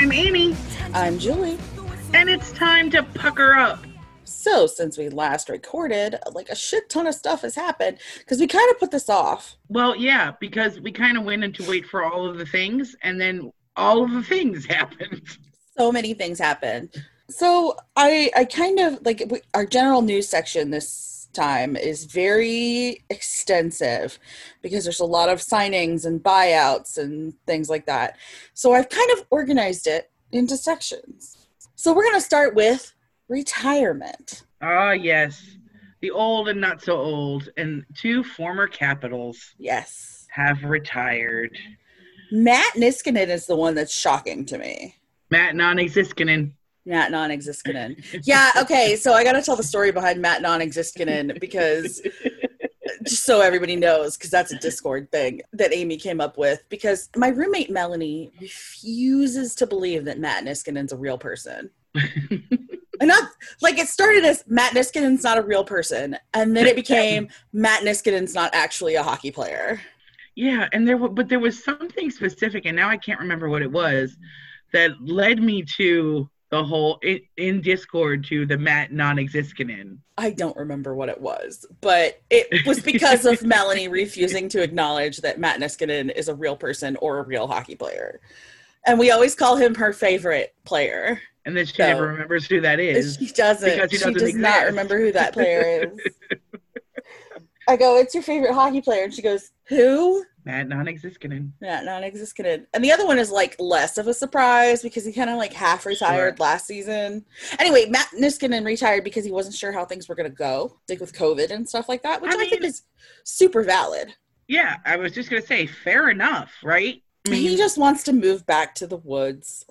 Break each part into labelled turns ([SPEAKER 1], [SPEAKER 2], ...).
[SPEAKER 1] Amy,
[SPEAKER 2] I'm Julie.
[SPEAKER 1] and it's time to pucker up.
[SPEAKER 2] So, since we last recorded, like a shit ton of stuff has happened because we kind of put this off.
[SPEAKER 1] Well, yeah, because we kind of went into wait for all of the things, and then all of the things happened.
[SPEAKER 2] So many things happened. So, I I kind of like we, our general news section this time is very extensive because there's a lot of signings and buyouts and things like that. So, I've kind of organized it into sections. So, we're going to start with retirement.
[SPEAKER 1] Ah, yes, the old and not so old, and two former capitals
[SPEAKER 2] Yes.
[SPEAKER 1] have retired.
[SPEAKER 2] Matt Niskanen is the one that's shocking to me.
[SPEAKER 1] Matt non-existent.
[SPEAKER 2] Matt non-existent. yeah, okay. So I got to tell the story behind Matt non-existent because just so everybody knows, because that's a Discord thing that Amy came up with. Because my roommate Melanie refuses to believe that Matt Niskanen's a real person. And not like it started as Matt Niskanen's not a real person, and then it became Matt Niskanen's not actually a hockey player.
[SPEAKER 1] Yeah, and there wa- but there was something specific, and now I can't remember what it was that led me to the whole in, in Discord to the Matt non-existent.
[SPEAKER 2] I don't remember what it was, but it was because of Melanie refusing to acknowledge that Matt Niskanen is a real person or a real hockey player. And we always call him her favorite player.
[SPEAKER 1] and then she
[SPEAKER 2] So-
[SPEAKER 1] never remembers who that is.
[SPEAKER 2] She doesn't.
[SPEAKER 1] because he
[SPEAKER 2] she
[SPEAKER 1] doesn't
[SPEAKER 2] does not
[SPEAKER 1] exist.
[SPEAKER 2] remember who that player is. I go, it's your favorite hockey player. And she goes, who?
[SPEAKER 1] Matt non-existent.
[SPEAKER 2] Matt non-existent. And the other one is like less of a surprise because he kind of like half retired last season. Anyway, Matt Niskanen retired because he wasn't sure how things were going to go, like with COVID and stuff like that, which I,
[SPEAKER 1] I
[SPEAKER 2] think
[SPEAKER 1] mean-
[SPEAKER 2] is super valid.
[SPEAKER 1] Yeah, I was just gonna say, fair enough, right? I mean,
[SPEAKER 2] he just wants to move back to the woods.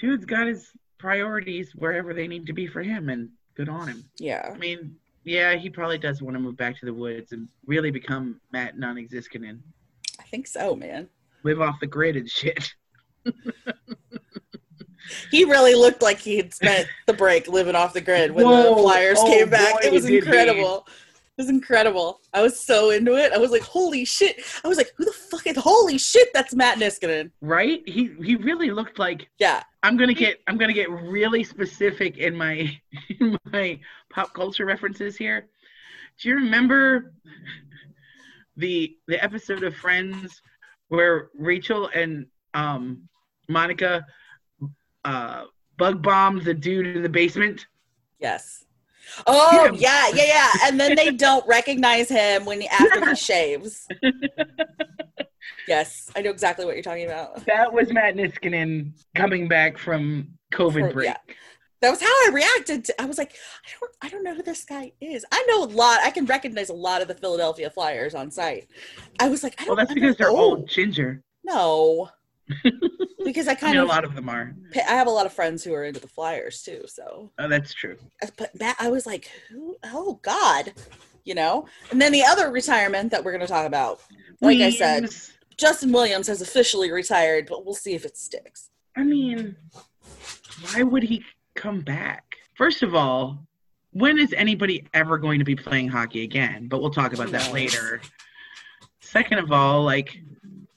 [SPEAKER 1] dude's got his priorities wherever they need to be for him, and good on him.
[SPEAKER 2] Yeah.
[SPEAKER 1] I mean, yeah, he probably does want to move back to the woods and really become Matt non-existent and
[SPEAKER 2] I think so, man.
[SPEAKER 1] live off the grid and shit.
[SPEAKER 2] He really looked like he had spent the break living off the grid when the
[SPEAKER 1] Whoa.
[SPEAKER 2] Flyers
[SPEAKER 1] Oh,
[SPEAKER 2] came back.
[SPEAKER 1] boy,
[SPEAKER 2] it was
[SPEAKER 1] did he.
[SPEAKER 2] incredible. It was incredible. I was so into it. I was like, holy shit. I was like, who the fuck is holy shit? That's Matt Niskanen.
[SPEAKER 1] Right? He he really looked like
[SPEAKER 2] Yeah.
[SPEAKER 1] I'm gonna get I'm gonna get really specific in my in my pop culture references here. Do you remember the the episode of Friends where Rachel and um, Monica uh, bug bombed the dude in the basement?
[SPEAKER 2] Yes. Oh
[SPEAKER 1] Him.
[SPEAKER 2] yeah, yeah, yeah. And then they don't recognize him when he after he shaves. yes, I know exactly what you're talking about.
[SPEAKER 1] That was Matt Niskanen coming back from COVID
[SPEAKER 2] From-
[SPEAKER 1] break.
[SPEAKER 2] yeah. that was how I reacted. To, I was like, I don't, I don't know who this guy is. I know a lot. I can recognize a lot of the Philadelphia Flyers on site. I was like, I
[SPEAKER 1] Well,
[SPEAKER 2] don't.
[SPEAKER 1] that's
[SPEAKER 2] I
[SPEAKER 1] because
[SPEAKER 2] don't
[SPEAKER 1] they're
[SPEAKER 2] know.
[SPEAKER 1] old ginger.
[SPEAKER 2] No, because I
[SPEAKER 1] I
[SPEAKER 2] kind
[SPEAKER 1] mean, a
[SPEAKER 2] of.
[SPEAKER 1] lot of them are.
[SPEAKER 2] I have a lot of friends who are into the Flyers too. So,
[SPEAKER 1] Oh, that's true.
[SPEAKER 2] but that I was like, who? Oh God, you know. And then the other retirement that we're going to talk about, like I said,
[SPEAKER 1] Memes.
[SPEAKER 2] Justin Williams has officially retired, but we'll see if it sticks.
[SPEAKER 1] I mean, why would he come back? First of all, when is anybody ever going to be playing hockey again? But we'll talk about that later. Second of all, like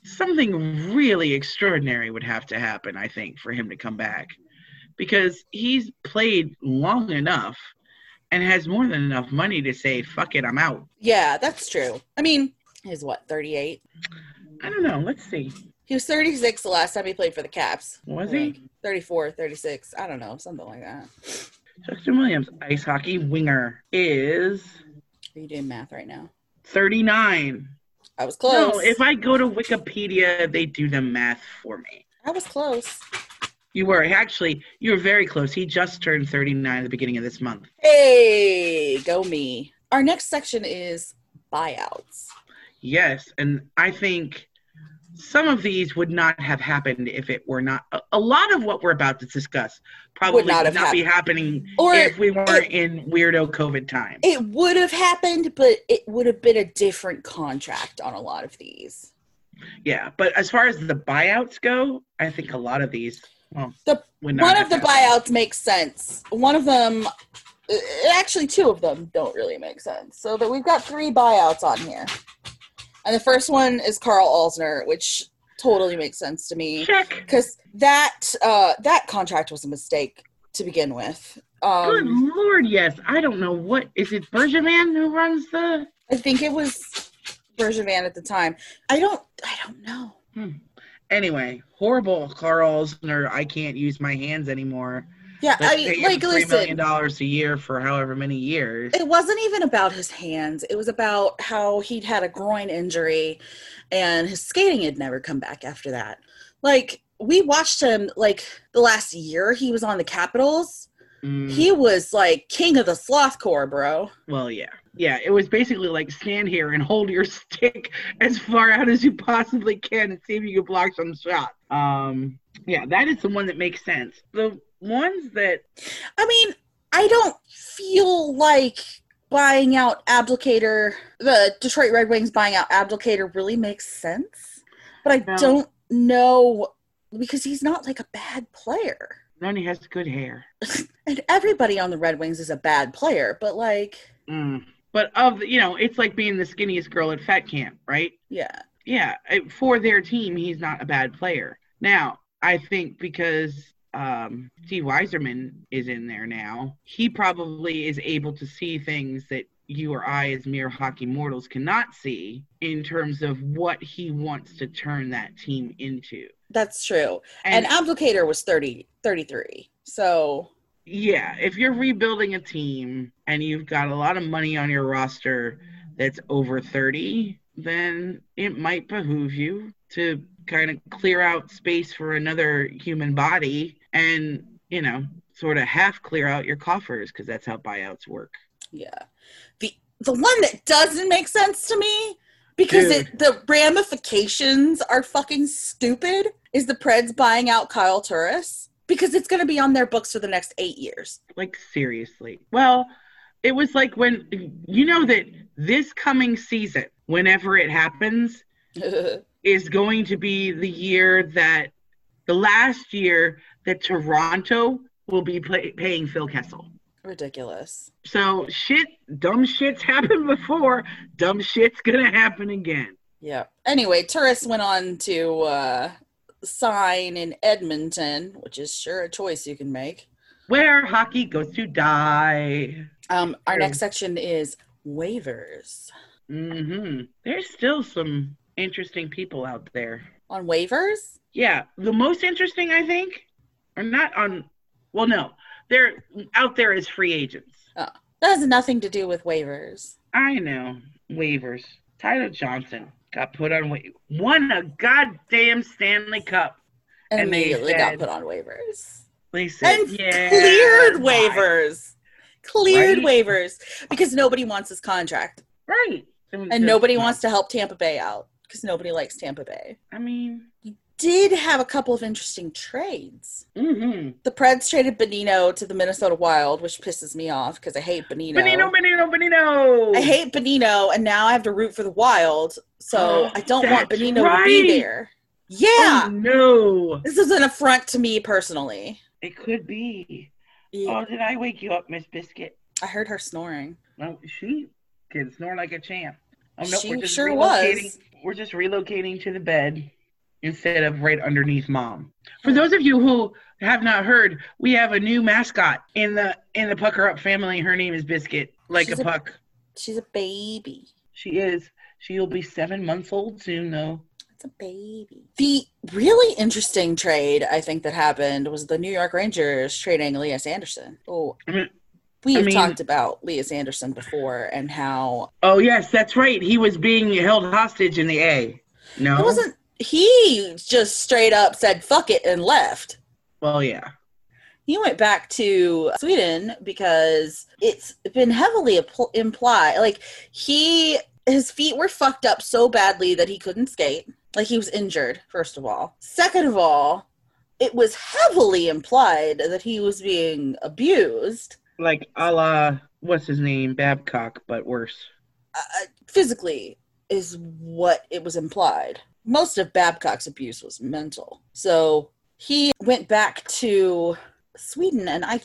[SPEAKER 1] something really extraordinary would have to happen, I think, for him to come back because he's played long enough and has more than enough money to say, fuck it, I'm out.
[SPEAKER 2] Yeah, that's true. I mean, he's what thirty eight.
[SPEAKER 1] I don't know. Let's see.
[SPEAKER 2] He was 36 the last time he played for the Caps.
[SPEAKER 1] Was
[SPEAKER 2] Like,
[SPEAKER 1] he?
[SPEAKER 2] 34, 36. I don't know, something like that.
[SPEAKER 1] Justin Williams, ice hockey winger, is
[SPEAKER 2] Are you doing math right now?
[SPEAKER 1] 39.
[SPEAKER 2] I was close.
[SPEAKER 1] No, if I go to Wikipedia, they do the math for me.
[SPEAKER 2] I was close.
[SPEAKER 1] You were actually you were very close. He just turned 39 at the beginning of this month.
[SPEAKER 2] Hey, go me. Our next section is buyouts.
[SPEAKER 1] Yes, and I think some of these would not have happened if it were not a, a lot of what we're about to discuss probably would
[SPEAKER 2] not
[SPEAKER 1] not,
[SPEAKER 2] have
[SPEAKER 1] be happening
[SPEAKER 2] Or
[SPEAKER 1] if we weren't
[SPEAKER 2] it-
[SPEAKER 1] in weirdo COVID time.
[SPEAKER 2] it would have happened, but it would have been a different contract on a lot of these.
[SPEAKER 1] yeah, but as far as the buyouts go, I think a lot of these well,
[SPEAKER 2] The-
[SPEAKER 1] would not
[SPEAKER 2] One
[SPEAKER 1] have
[SPEAKER 2] of the
[SPEAKER 1] happened.
[SPEAKER 2] buyouts makes sense. One of them, uh, actually, two of them don't really make sense. So that we've got three buyouts on here, and the first one is Carl Alsner, which totally makes sense to me
[SPEAKER 1] Check.
[SPEAKER 2] because that uh, that contract was a mistake to begin with.
[SPEAKER 1] Good
[SPEAKER 2] Um,
[SPEAKER 1] lord, yes. I don't know what is it Bergerman who runs the
[SPEAKER 2] I think it was Bergevin at the time. I don't. I don't know.
[SPEAKER 1] anyway, horrible Carl Elsner, I can't use my hands anymore.
[SPEAKER 2] Yeah,
[SPEAKER 1] Let's
[SPEAKER 2] I
[SPEAKER 1] pay him $3
[SPEAKER 2] like
[SPEAKER 1] million
[SPEAKER 2] listen.
[SPEAKER 1] dollars a year for however many years.
[SPEAKER 2] It wasn't even about his hands. It was about how he'd had a groin injury, and his skating had never come back after that. Like we watched him like the last year he was on the Capitals.
[SPEAKER 1] Mm,
[SPEAKER 2] He was like king of the sloth core, bro.
[SPEAKER 1] well, yeah. Yeah, it was basically like stand here and hold your stick as far out as you possibly can and see if you can block some shot. Um, yeah, that is the one that makes sense. The ones that
[SPEAKER 2] I mean, I don't feel like buying out Abdicator, the Detroit Red Wings buying out Abdicator really makes sense. But I
[SPEAKER 1] No.
[SPEAKER 2] don't know because he's not like a bad player.
[SPEAKER 1] then he has good hair.
[SPEAKER 2] And everybody on the Red Wings is a bad player, but like,
[SPEAKER 1] Mm. But of the- you know, it's like being the skinniest girl at fat camp, right?
[SPEAKER 2] yeah.
[SPEAKER 1] yeah, I- for their team, he's not a bad player. Now, I think because um, Steve Weiserman is in there now, he probably is able to see things that you or I, as mere hockey mortals, cannot see in terms of what he wants to turn that team into.
[SPEAKER 2] That's true.
[SPEAKER 1] And,
[SPEAKER 2] And, Abdicator was 30, 33. So,
[SPEAKER 1] yeah, if you're rebuilding a team and you've got a lot of money on your roster that's over 30, then it might behoove you to kind of clear out space for another human body and, you know, sort of half clear out your coffers because that's how buyouts work.
[SPEAKER 2] yeah. The the one that doesn't make sense to me because it, the ramifications are fucking stupid is the Preds buying out Kyle Turris because it's going to be on their books for the next 8 years.
[SPEAKER 1] Like, seriously. Well, it was like when, you know, that this coming season, whenever it happens, is going to be the year that the last year that Toronto will be play, paying Phil Kessel.
[SPEAKER 2] Ridiculous.
[SPEAKER 1] So shit, dumb shit's happened before. Dumb shit's gonna happen again.
[SPEAKER 2] Yeah. Anyway, Turris went on to uh, sign in Edmonton, which is sure a choice you can make.
[SPEAKER 1] Where hockey goes to die.
[SPEAKER 2] Um, our
[SPEAKER 1] Sure.
[SPEAKER 2] next section is waivers.
[SPEAKER 1] hmm There's still some interesting people out there.
[SPEAKER 2] On waivers?
[SPEAKER 1] Yeah, the most interesting I think are not on. Well, no, they're out there as free agents.
[SPEAKER 2] That has nothing to do with waivers.
[SPEAKER 1] I know waivers. Tyler Johnson got put on wa- won a goddamn Stanley Cup.
[SPEAKER 2] And
[SPEAKER 1] And they
[SPEAKER 2] immediately
[SPEAKER 1] said-
[SPEAKER 2] got put on waivers.
[SPEAKER 1] They said,
[SPEAKER 2] And
[SPEAKER 1] yeah,
[SPEAKER 2] cleared
[SPEAKER 1] why?"
[SPEAKER 2] waivers. Cleared
[SPEAKER 1] Right?
[SPEAKER 2] waivers. Because nobody wants his contract.
[SPEAKER 1] right?
[SPEAKER 2] And nobody wants to help Tampa Bay out. Because nobody likes Tampa Bay.
[SPEAKER 1] I mean,
[SPEAKER 2] Did have a couple of interesting trades.
[SPEAKER 1] mm-hmm.
[SPEAKER 2] The Preds traded Benino to the Minnesota Wild, which pisses me off because I hate Benino.
[SPEAKER 1] Benino, Benino, Benino.
[SPEAKER 2] I hate Benino, and now I have to root for the Wild, so
[SPEAKER 1] Oh,
[SPEAKER 2] I don't want
[SPEAKER 1] that's
[SPEAKER 2] Benino to be
[SPEAKER 1] right.
[SPEAKER 2] there.
[SPEAKER 1] Oh,
[SPEAKER 2] Yeah,
[SPEAKER 1] no,
[SPEAKER 2] this is an affront to me personally.
[SPEAKER 1] it could be.
[SPEAKER 2] Yeah.
[SPEAKER 1] Oh, did I wake you up, Miss Biscuit?
[SPEAKER 2] I heard her snoring.
[SPEAKER 1] No, she can snore like a champ. Oh no,
[SPEAKER 2] She
[SPEAKER 1] we're just
[SPEAKER 2] sure
[SPEAKER 1] relocating.
[SPEAKER 2] was.
[SPEAKER 1] We're just relocating to the bed instead of right underneath mom. For those of you who have not heard, we have a new mascot in the in the Pucker Up family. Her name is Biscuit, like
[SPEAKER 2] She's
[SPEAKER 1] a
[SPEAKER 2] a-
[SPEAKER 1] puck.
[SPEAKER 2] She's a baby.
[SPEAKER 1] She is. She'll be seven months old soon, though.
[SPEAKER 2] It's a baby. The really interesting trade I think that happened was the New York Rangers trading Elias Anderson. Oh,
[SPEAKER 1] I mean-
[SPEAKER 2] we
[SPEAKER 1] Mm-hmm. I
[SPEAKER 2] have
[SPEAKER 1] mean-
[SPEAKER 2] talked about Elias Anderson before and how
[SPEAKER 1] Oh yes, that's right. He was being held hostage in the A. No.
[SPEAKER 2] It wasn't. He just straight up said "fuck it" and left.
[SPEAKER 1] Well, yeah.
[SPEAKER 2] He went back to Sweden because it's been heavily impl- implied. Like he, his feet were fucked up so badly that he couldn't skate. Like he was injured. First of all. Second of all, it was heavily implied that he was being abused
[SPEAKER 1] Like a la what's his name Babcock, but worse.
[SPEAKER 2] uh, physically. Is what it was implied. most of Babcock's abuse was mental. So he went back to Sweden, and I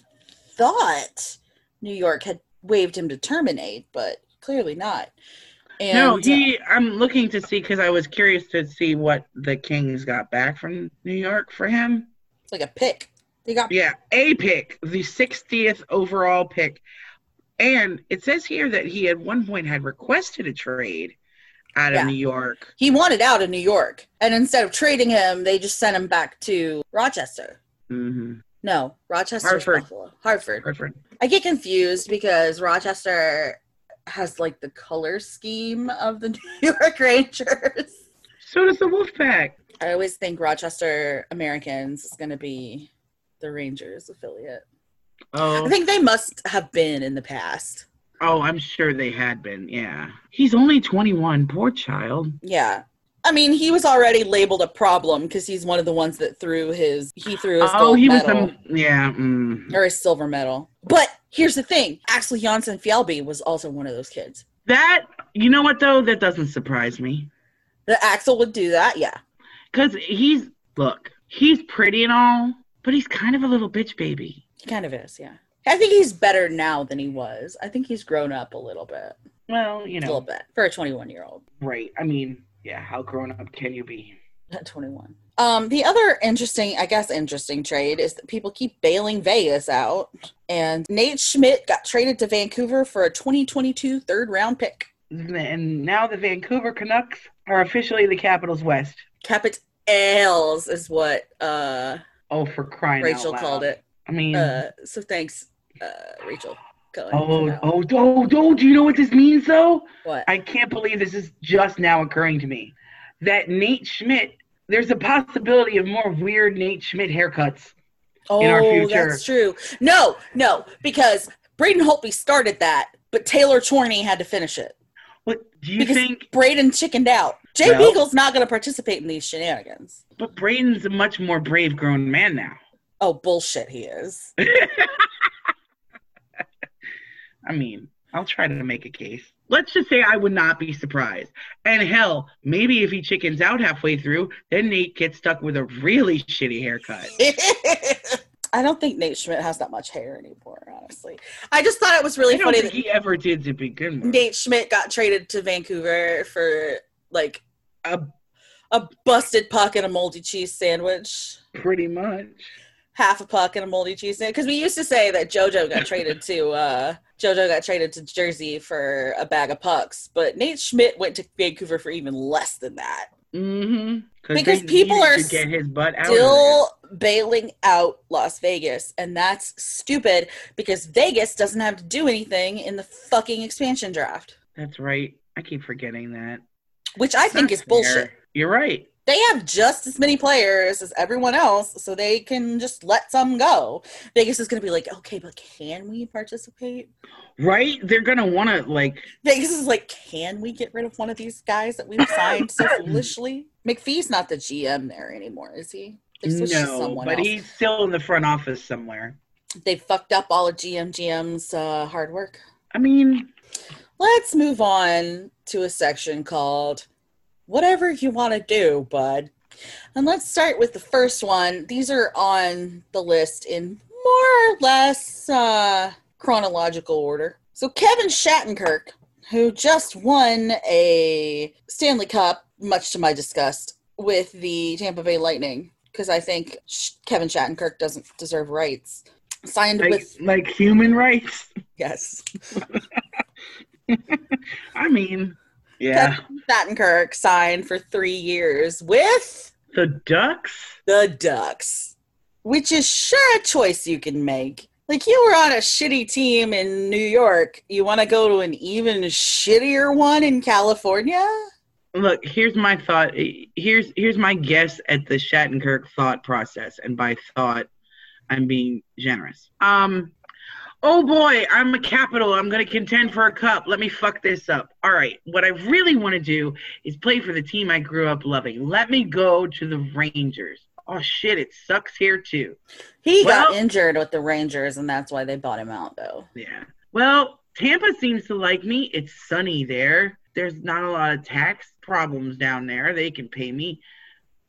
[SPEAKER 2] thought New York had waived him to terminate, but clearly not. And,
[SPEAKER 1] no, he. I'm looking to see because I was curious to see what the Kings got back from New York for him.
[SPEAKER 2] It's like a pick. They got
[SPEAKER 1] Yeah, a pick, the 60th overall pick, and it says here that he at one point had requested a trade out of
[SPEAKER 2] Yeah.
[SPEAKER 1] New York.
[SPEAKER 2] he wanted out of New York, and instead of trading him, they just sent him back to Rochester.
[SPEAKER 1] hmm
[SPEAKER 2] No, Rochester,
[SPEAKER 1] Hartford.
[SPEAKER 2] Buffalo, Hartford.
[SPEAKER 1] Hartford.
[SPEAKER 2] I get confused because Rochester has like the color scheme of the New York Rangers.
[SPEAKER 1] So does the Wolfpack.
[SPEAKER 2] I always think Rochester Americans is going to be the Rangers affiliate. I
[SPEAKER 1] Oh,
[SPEAKER 2] think they must have been in the past.
[SPEAKER 1] oh, I'm sure they had been. Yeah, he's only 21. Poor child.
[SPEAKER 2] Yeah. I mean, he was already labeled a problem because he's one of the ones that threw his he threw his
[SPEAKER 1] Oh,
[SPEAKER 2] gold
[SPEAKER 1] he was.
[SPEAKER 2] medal
[SPEAKER 1] Some, yeah. Mm.
[SPEAKER 2] or his silver medal. But here's the thing: Axel Janssen Fjellby was also one of those kids.
[SPEAKER 1] That you know what though? That doesn't surprise me.
[SPEAKER 2] That Axel would do that, yeah.
[SPEAKER 1] Because he's, look, he's pretty and all, but he's kind of a little bitch baby.
[SPEAKER 2] He kind of is, yeah. I think he's better now than he was. I think he's grown up a little bit,
[SPEAKER 1] Well, you
[SPEAKER 2] a little
[SPEAKER 1] know,
[SPEAKER 2] bit for a 21 year old.
[SPEAKER 1] right. I mean, yeah, how grown up can you be?
[SPEAKER 2] Not 21. Um, the other interesting, I guess, interesting trade is that people keep bailing Vegas out, and Nate Schmidt got traded to Vancouver for a 2022 third round pick.
[SPEAKER 1] And now the Vancouver Canucks are officially the Capitals West.
[SPEAKER 2] Capit Ales is what uh,
[SPEAKER 1] Oh, for crying
[SPEAKER 2] Rachel
[SPEAKER 1] out loud.
[SPEAKER 2] called it.
[SPEAKER 1] I mean,
[SPEAKER 2] Uh, so thanks, uh, Rachel. Cohen, for
[SPEAKER 1] oh,
[SPEAKER 2] that.
[SPEAKER 1] oh, oh, oh, do you know what this means though?
[SPEAKER 2] what?
[SPEAKER 1] I can't believe this is just now occurring to me. That Nate Schmidt, there's a possibility of more weird Nate Schmidt haircuts.
[SPEAKER 2] Oh,
[SPEAKER 1] in our future.
[SPEAKER 2] that's true. No, no, because Braden Holtby started that, but Taylor Chorney had to finish it.
[SPEAKER 1] What do you
[SPEAKER 2] Because
[SPEAKER 1] think?
[SPEAKER 2] Braden chickened out. Jay
[SPEAKER 1] Well-
[SPEAKER 2] Beagle's not going to participate in these shenanigans.
[SPEAKER 1] But Braden's a much more brave grown man now.
[SPEAKER 2] Oh, bullshit, he is.
[SPEAKER 1] I mean, I'll try to make a case. Let's just say I would not be surprised. And hell, maybe if he chickens out halfway through, then Nate gets stuck with a really shitty haircut.
[SPEAKER 2] I don't think Nate Schmidt has that much hair anymore, honestly. I just thought it was really
[SPEAKER 1] I don't
[SPEAKER 2] funny
[SPEAKER 1] think
[SPEAKER 2] that
[SPEAKER 1] he ever did to begin with.
[SPEAKER 2] Nate Schmidt got traded to Vancouver for like
[SPEAKER 1] Uh,
[SPEAKER 2] a busted puck and a moldy cheese sandwich.
[SPEAKER 1] pretty much.
[SPEAKER 2] half a puck and a moldy cheese sandwich. Because we used to say that JoJo got traded to uh, JoJo got traded to Jersey for a bag of pucks, but Nate Schmidt went to Vancouver for even less than that.
[SPEAKER 1] Mm-hmm.
[SPEAKER 2] Because people are
[SPEAKER 1] to get his butt out. of there.
[SPEAKER 2] Still bailing out Las Vegas, and that's stupid because Vegas doesn't have to do anything in the fucking expansion draft,
[SPEAKER 1] That's right. I keep forgetting that.
[SPEAKER 2] which I think
[SPEAKER 1] Not
[SPEAKER 2] is bullshit.
[SPEAKER 1] fair. You're right.
[SPEAKER 2] They have just as many players as everyone else, so they can just let some go. Vegas is going to be like, okay, but can we participate?
[SPEAKER 1] Right? They're gonna want to like.
[SPEAKER 2] Vegas is like, can we get rid of one of these guys that we've signed so foolishly? McPhee's not the GM there anymore, is he? They switched to
[SPEAKER 1] No,
[SPEAKER 2] someone
[SPEAKER 1] but
[SPEAKER 2] else.
[SPEAKER 1] he's still in the front office somewhere.
[SPEAKER 2] They fucked up all of GM GM's uh, hard work.
[SPEAKER 1] I mean,
[SPEAKER 2] Let's move on to a section called "Whatever You Want to Do, Bud," and let's start with the first one. These are on the list in more or less uh, chronological order. So Kevin Shattenkirk, who just won a Stanley Cup, much to my disgust, with the Tampa Bay Lightning, because I think Sh- Kevin Shattenkirk doesn't deserve rights. Signed
[SPEAKER 1] like,
[SPEAKER 2] with
[SPEAKER 1] like human rights.
[SPEAKER 2] yes.
[SPEAKER 1] I mean, yeah,
[SPEAKER 2] Shattenkirk signed for three years with
[SPEAKER 1] the Ducks.
[SPEAKER 2] the Ducks, which is sure a choice you can make. Like you were on a shitty team in New York, you want to go to an even shittier one in California?
[SPEAKER 1] Look, here's my thought. Here's here's my guess at the Shattenkirk thought process, and by thought, I'm being generous. Um, oh boy, I'm a capital. I'm gonna contend for a cup. Let me fuck this up. All right, what I really want to do is play for the team I grew up loving. Let me go to the Rangers. Oh shit, it sucks here too.
[SPEAKER 2] He got
[SPEAKER 1] Well-
[SPEAKER 2] injured with the Rangers, and that's why they bought him out, though.
[SPEAKER 1] Yeah. Well, Tampa seems to like me. It's sunny there. There's not a lot of tax problems down there. They can pay me.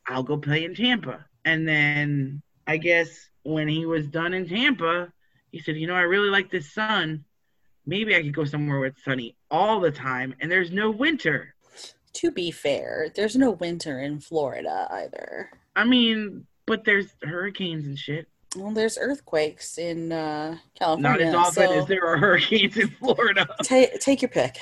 [SPEAKER 1] I'll go play in Tampa. And then I guess when he was done in Tampa, he said, You know, I really like this sun. maybe I could go somewhere where it's sunny all the time and there's no winter.
[SPEAKER 2] To be fair, there's no winter in Florida either.
[SPEAKER 1] I mean, but there's hurricanes and shit.
[SPEAKER 2] Well, there's earthquakes in uh, California.
[SPEAKER 1] Not as often
[SPEAKER 2] so
[SPEAKER 1] as there are hurricanes in Florida.
[SPEAKER 2] ta- take your pick.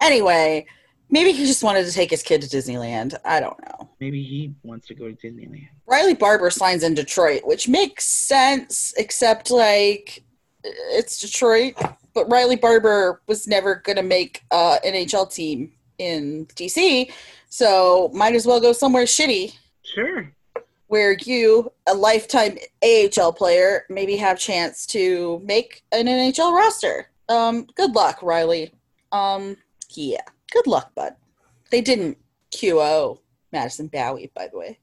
[SPEAKER 2] Anyway, maybe he just wanted to take his kid to Disneyland. I don't know.
[SPEAKER 1] Maybe he wants to go to Disneyland.
[SPEAKER 2] Riley Barber signs in Detroit, which makes sense, except like it's Detroit. But Riley Barber was never going to make uh, an NHL team in DC, so might as well go somewhere shitty
[SPEAKER 1] Sure.
[SPEAKER 2] where you, a lifetime AHL player, maybe have chance to make an NHL roster. Um, good luck, Riley. Um, yeah, good luck, bud. They didn't QO Madison Bowie, by the way.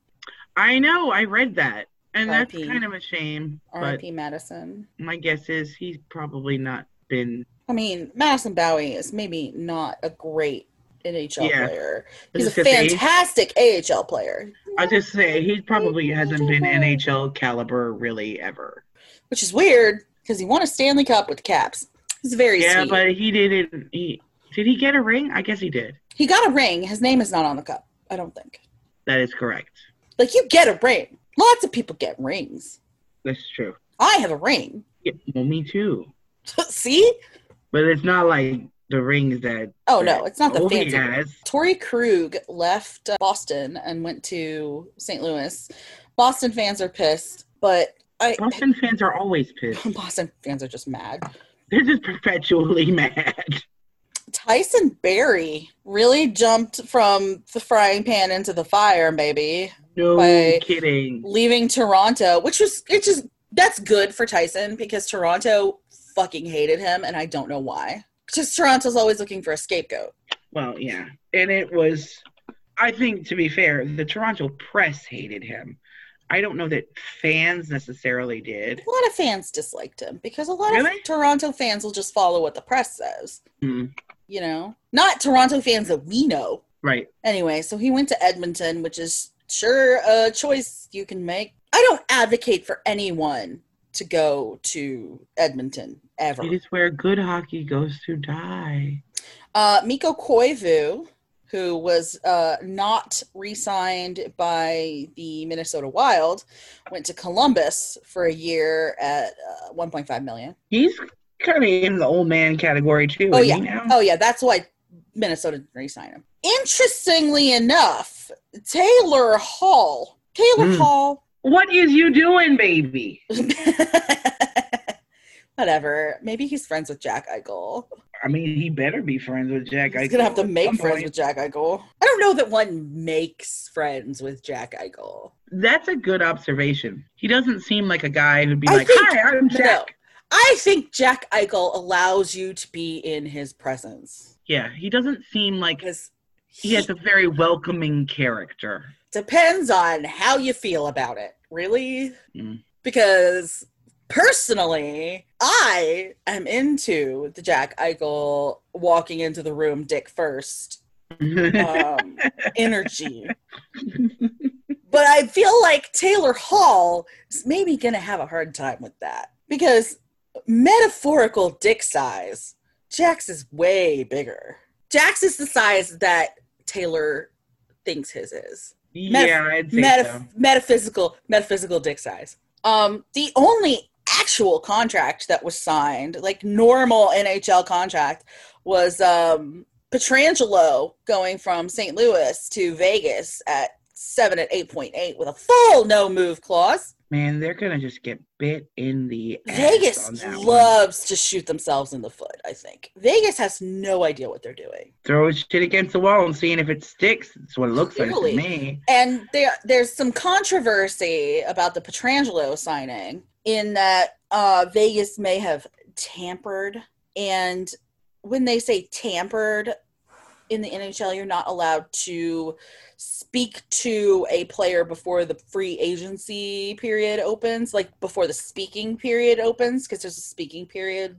[SPEAKER 1] I know. I read that. And that's
[SPEAKER 2] RIP.
[SPEAKER 1] kind of a shame. But
[SPEAKER 2] R.I.P. Madison.
[SPEAKER 1] my guess is he's probably not been.
[SPEAKER 2] I mean, Madison Bowie is maybe not a great NHL
[SPEAKER 1] Yeah.
[SPEAKER 2] player.
[SPEAKER 1] Is
[SPEAKER 2] He's a
[SPEAKER 1] it 50?
[SPEAKER 2] fantastic AHL player,
[SPEAKER 1] I just say he probably hasn't been NHL caliber really ever.
[SPEAKER 2] which is weird because he won a Stanley Cup with the Caps. He's very
[SPEAKER 1] Yeah,
[SPEAKER 2] sweet.
[SPEAKER 1] but he didn't. He did he get a ring? I guess he did.
[SPEAKER 2] He got a ring. His name is not on the cup, I don't think.
[SPEAKER 1] That is correct.
[SPEAKER 2] Like you get a ring. Lots of people get rings.
[SPEAKER 1] That's true.
[SPEAKER 2] I have a ring.
[SPEAKER 1] Yeah, well, me too.
[SPEAKER 2] See?
[SPEAKER 1] But it's not like the rings that
[SPEAKER 2] Oh no, it's not the
[SPEAKER 1] Ovi
[SPEAKER 2] fancy. ring.
[SPEAKER 1] has.
[SPEAKER 2] Tori Krug left uh, Boston and went to St. Louis. Boston fans are pissed, but I
[SPEAKER 1] Boston fans are always pissed.
[SPEAKER 2] Boston fans are just mad.
[SPEAKER 1] They're just perpetually mad.
[SPEAKER 2] Tyson Berry really jumped from the frying pan into the fire, baby.
[SPEAKER 1] No
[SPEAKER 2] By-
[SPEAKER 1] kidding.
[SPEAKER 2] leaving Toronto, which was it's just that's good for Tyson because Toronto fucking hated him, and I don't know why. Just Toronto's always looking for a scapegoat.
[SPEAKER 1] Well, yeah. And it was, I think, to be fair, the Toronto press hated him. I don't know that fans necessarily did.
[SPEAKER 2] A lot of fans disliked him because a lot
[SPEAKER 1] Really?
[SPEAKER 2] of Toronto fans will just follow what the press says.
[SPEAKER 1] Hmm.
[SPEAKER 2] You know, not Toronto fans that we know.
[SPEAKER 1] Right.
[SPEAKER 2] Anyway, so he went to Edmonton, which is sure a choice you can make. I don't advocate for anyone to go to Edmonton ever.
[SPEAKER 1] It is where good hockey goes to die.
[SPEAKER 2] Uh, Miko Koivu, who was uh, not re signed by the Minnesota Wild, went to Columbus for a year at uh, 1.5 million.
[SPEAKER 1] He's kind of in the old man category, too.
[SPEAKER 2] Oh,
[SPEAKER 1] isn't
[SPEAKER 2] yeah.
[SPEAKER 1] he now?
[SPEAKER 2] Oh, yeah, that's why Minnesota didn't re sign him. Interestingly enough, Taylor Hall, Taylor
[SPEAKER 1] Hmm.
[SPEAKER 2] Hall,
[SPEAKER 1] What is you doing, baby?
[SPEAKER 2] whatever, maybe he's friends with Jack Eichel.
[SPEAKER 1] I mean, he better be friends with Jack.
[SPEAKER 2] He's
[SPEAKER 1] Eichel
[SPEAKER 2] gonna have to
[SPEAKER 1] at
[SPEAKER 2] make
[SPEAKER 1] some
[SPEAKER 2] friends
[SPEAKER 1] point.
[SPEAKER 2] with Jack Eichel. I don't know that one makes friends with Jack Eichel.
[SPEAKER 1] That's a good observation. He doesn't seem like a guy who'd be
[SPEAKER 2] I
[SPEAKER 1] like,
[SPEAKER 2] think-
[SPEAKER 1] "Hi, I'm Jack."
[SPEAKER 2] No. I think Jack Eichel allows you to be in his presence
[SPEAKER 1] Yeah, he doesn't seem like
[SPEAKER 2] because
[SPEAKER 1] he has a very welcoming character.
[SPEAKER 2] depends on how you feel about it, really.
[SPEAKER 1] Mm.
[SPEAKER 2] Because personally, I am into the Jack Eichel walking into the room dick first um, energy. But I feel like Taylor Hall is maybe going to have a hard time with that because metaphorical dick size, Jax is way bigger. Jax is the size that Taylor thinks his is.
[SPEAKER 1] yeah, I'd say
[SPEAKER 2] Metaph-
[SPEAKER 1] so.
[SPEAKER 2] Metaphysical, metaphysical dick size. Um, the only actual contract that was signed, like normal NHL contract, was um, Petrangelo going from St. Louis to Vegas at seven at eight point eight with a full no move clause.
[SPEAKER 1] Man, they're gonna just get bit in the ass on
[SPEAKER 2] Vegas
[SPEAKER 1] that one.
[SPEAKER 2] loves to shoot themselves in the foot. I think Vegas has no idea what they're doing.
[SPEAKER 1] Throw his shit against the wall and seeing if it sticks. That's what it looks
[SPEAKER 2] Clearly.
[SPEAKER 1] like to me.
[SPEAKER 2] And there, there's some controversy about the Petrangelo signing in that uh, Vegas may have tampered. And when they say tampered in the NHL, you're not allowed to speak to a player before the free agency period opens, like before the speaking period opens, because there's a speaking period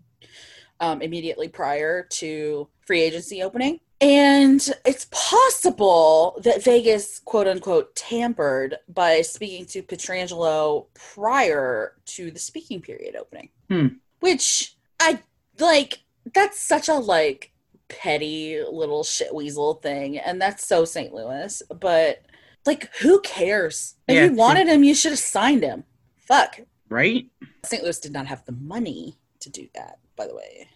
[SPEAKER 2] um, immediately prior to free agency opening. And it's possible that Vegas, quote unquote, tampered by speaking to Petrangelo prior to the speaking period opening.
[SPEAKER 1] Hmm.
[SPEAKER 2] Which I like, that's such a like petty little shit weasel thing, and that's so St. Louis. But like, who cares? If
[SPEAKER 1] Yeah,
[SPEAKER 2] you wanted him, you should have signed him. Fuck.
[SPEAKER 1] right?
[SPEAKER 2] St. Louis did not have the money to do that, by the way.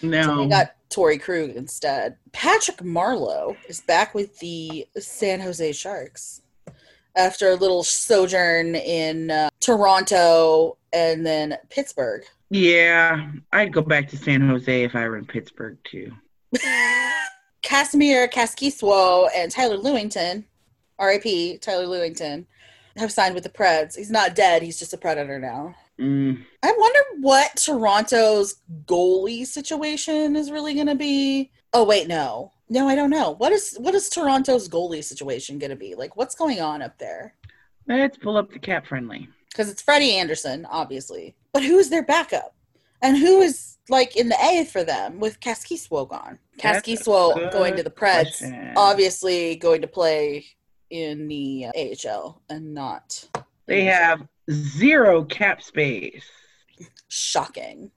[SPEAKER 2] So
[SPEAKER 1] No.
[SPEAKER 2] we got Tori Krug instead. Patrick Marlowe is back with the San Jose Sharks after a little sojourn in uh, Toronto and then Pittsburgh.
[SPEAKER 1] yeah, I'd go back to San Jose if I were in Pittsburgh too.
[SPEAKER 2] Casimir Kaskiswo and Tyler Lewington, RIP Tyler Lewington, have signed with the Preds. He's not dead, he's just a Predator now.
[SPEAKER 1] Mm,
[SPEAKER 2] I wonder what Toronto's goalie situation is really going to be. Oh wait, no. No, I don't know. What is what is Toronto's goalie situation going to be? Like what's going on up there?
[SPEAKER 1] let's pull up the cat friendly.
[SPEAKER 2] Cuz it's Freddie Anderson, obviously. But who is their backup? And who is like in the A for them with Kaskiswo gone?
[SPEAKER 1] That's a
[SPEAKER 2] Kaskiswo
[SPEAKER 1] good
[SPEAKER 2] going to the Preds,
[SPEAKER 1] Question.
[SPEAKER 2] obviously going to play in the uh, AHL and not
[SPEAKER 1] They have zero cap space
[SPEAKER 2] shocking.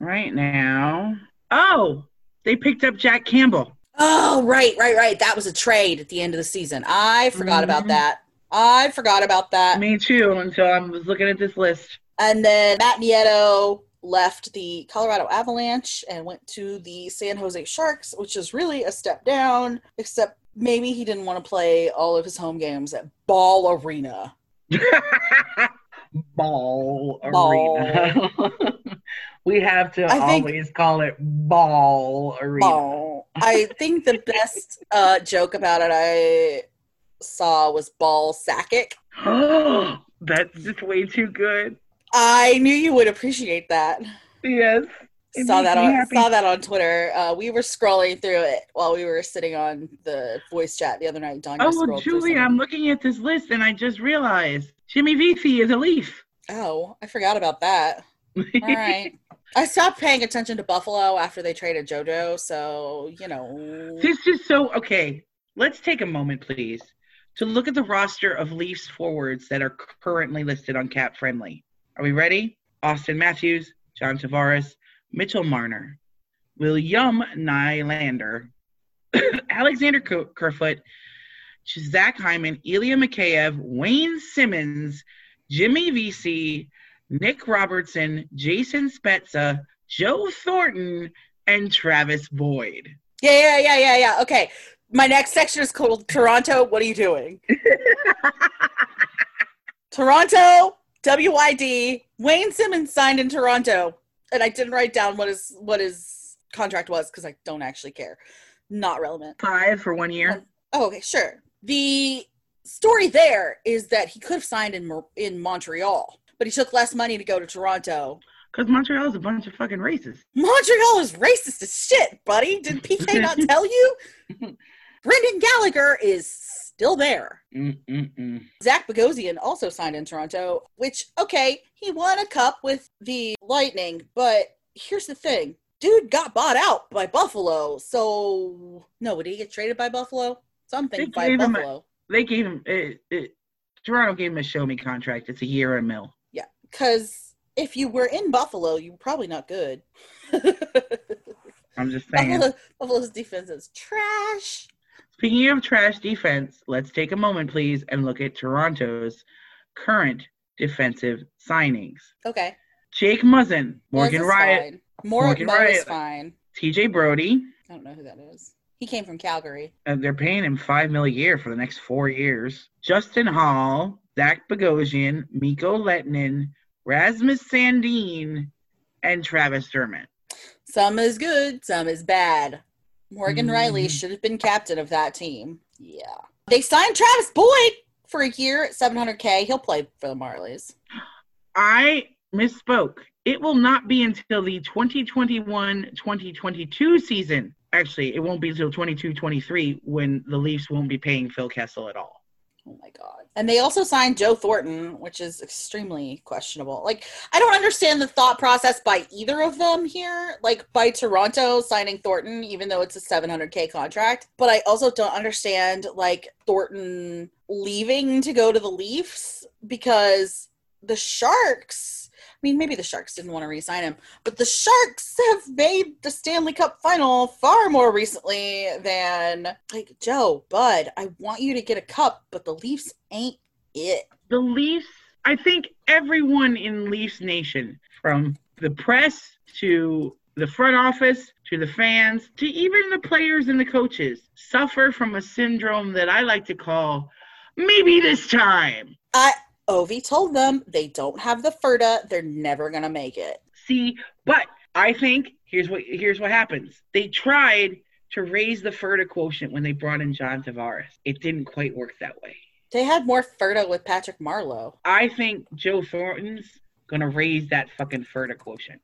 [SPEAKER 1] right now. Oh, they picked up Jack Campbell.
[SPEAKER 2] Oh, right, right, right. That was a trade at the end of the season. I forgot about
[SPEAKER 1] Mhm.
[SPEAKER 2] that. I forgot about that.
[SPEAKER 1] Me too, until I was looking at this list.
[SPEAKER 2] And then Matt Nieto left the Colorado Avalanche and went to the San Jose Sharks, which is really a step down, except maybe he didn't want to play all of his home games at Ball Arena.
[SPEAKER 1] ball,
[SPEAKER 2] Ball.
[SPEAKER 1] arena. we have to
[SPEAKER 2] I think-
[SPEAKER 1] always call it ball arena.
[SPEAKER 2] Ball. Oh, I think the best uh, joke about it I saw was Ball Sakic.
[SPEAKER 1] That's just way too good.
[SPEAKER 2] I knew you would appreciate that.
[SPEAKER 1] Yes. It
[SPEAKER 2] saw
[SPEAKER 1] makes
[SPEAKER 2] that
[SPEAKER 1] me
[SPEAKER 2] on
[SPEAKER 1] happy.
[SPEAKER 2] saw that on Twitter. Uh, we were scrolling through it while we were sitting on the voice chat the other night. Don, you
[SPEAKER 1] Oh, well,
[SPEAKER 2] scrolled through
[SPEAKER 1] Julie,
[SPEAKER 2] some-
[SPEAKER 1] I'm looking at this list and I just realized Jimmy Vici is a Leaf.
[SPEAKER 2] oh, I forgot about that. All right, I stopped paying attention to Buffalo after they traded JoJo, so you know.
[SPEAKER 1] This is so okay. Let's take a moment, please, to look at the roster of Leafs forwards that are currently listed on Cap Friendly. Are we ready? Austin Matthews, John Tavares, Mitchell Marner, William Nylander, Alexander Ker- Kerfoot, Zach Hyman, Ilya Mikheyev, Wayne Simmons, Jimmy VC, Nick Robertson, Jason Spezza, Joe Thornton, and Travis Boyd.
[SPEAKER 2] Yeah, yeah, yeah, yeah, yeah. Okay, my next section is called Toronto. What are you doing? Toronto, WYD. Wayne Simmons signed in Toronto, and I didn't write down what his what his contract was because I don't actually care. Not relevant.
[SPEAKER 1] five for one year.
[SPEAKER 2] Oh, okay, sure. The story there is that he could have signed in Mo- in Montreal, but he took less money to go to Toronto.
[SPEAKER 1] Because Montreal is a bunch of fucking racists.
[SPEAKER 2] Montreal is racist as shit, buddy. Did PK not tell you? Brendan Gallagher is still there.
[SPEAKER 1] Mm-mm-mm.
[SPEAKER 2] Zach Bogosian also signed in Toronto, which, okay, he won a cup with the Lightning, but here's the thing. Dude got bought out by Buffalo, so no, would he get traded by Buffalo?
[SPEAKER 1] They
[SPEAKER 2] Something by
[SPEAKER 1] gave him a-
[SPEAKER 2] Buffalo.
[SPEAKER 1] They gave him it, it, Toronto gave him a show me contract. It's a year and a mill.
[SPEAKER 2] Because if you were in Buffalo, you were probably not good.
[SPEAKER 1] I'm just saying.
[SPEAKER 2] Buffalo, Buffalo's defense is trash.
[SPEAKER 1] Speaking of trash defense, let's take a moment, please, and look at Toronto's current defensive signings.
[SPEAKER 2] Okay.
[SPEAKER 1] Jake Muzzin,
[SPEAKER 2] Moz
[SPEAKER 1] Morgan
[SPEAKER 2] is
[SPEAKER 1] Riot,
[SPEAKER 2] Fine. Mor-
[SPEAKER 1] Morgan
[SPEAKER 2] Mo is
[SPEAKER 1] Riot.
[SPEAKER 2] fine.
[SPEAKER 1] TJ Brody.
[SPEAKER 2] I don't know who that is. He came from Calgary.
[SPEAKER 1] Uh, they're paying him five mil a year for the next four years. Justin Hall, Zach Bogosian, Miko Lettinen, Rasmus Sandin, and Travis Dermott.
[SPEAKER 2] Some is good, some is bad. Morgan
[SPEAKER 1] Mm.
[SPEAKER 2] Riley should have been captain of that team. Yeah. They signed Travis Boyd for a year at 700K. He'll play for the Marlies.
[SPEAKER 1] I misspoke. It will not be until the 2021-2022 season. Actually, it won't be until 22-23 when the Leafs won't be paying Phil Kessel at all.
[SPEAKER 2] Oh my God. And they also signed Joe Thornton, which is extremely questionable. Like, I don't understand the thought process by either of them here. Like, by Toronto signing Thornton, even though it's a 700K contract. But I also don't understand, like, Thornton leaving to go to the Leafs because the Sharks. I mean, maybe the Sharks didn't want to re-sign him, but the Sharks have made the Stanley Cup final far more recently than like Joe, Bud. I want you to get a cup, but the Leafs ain't it.
[SPEAKER 1] The Leafs, I think everyone in Leafs Nation, from the press to the front office to the fans to even the players and the coaches, suffer from a syndrome that I like to call maybe this time.
[SPEAKER 2] I Ovi told them they don't have the Furta, they're never gonna make it.
[SPEAKER 1] See, but I think here's what here's what happens. They tried to raise the E Furta quotient when they brought in John Tavares. It didn't quite work that way.
[SPEAKER 2] They had more Furta with Patrick Marlowe.
[SPEAKER 1] I think Joe Thornton's gonna raise that fucking E Furta quotient.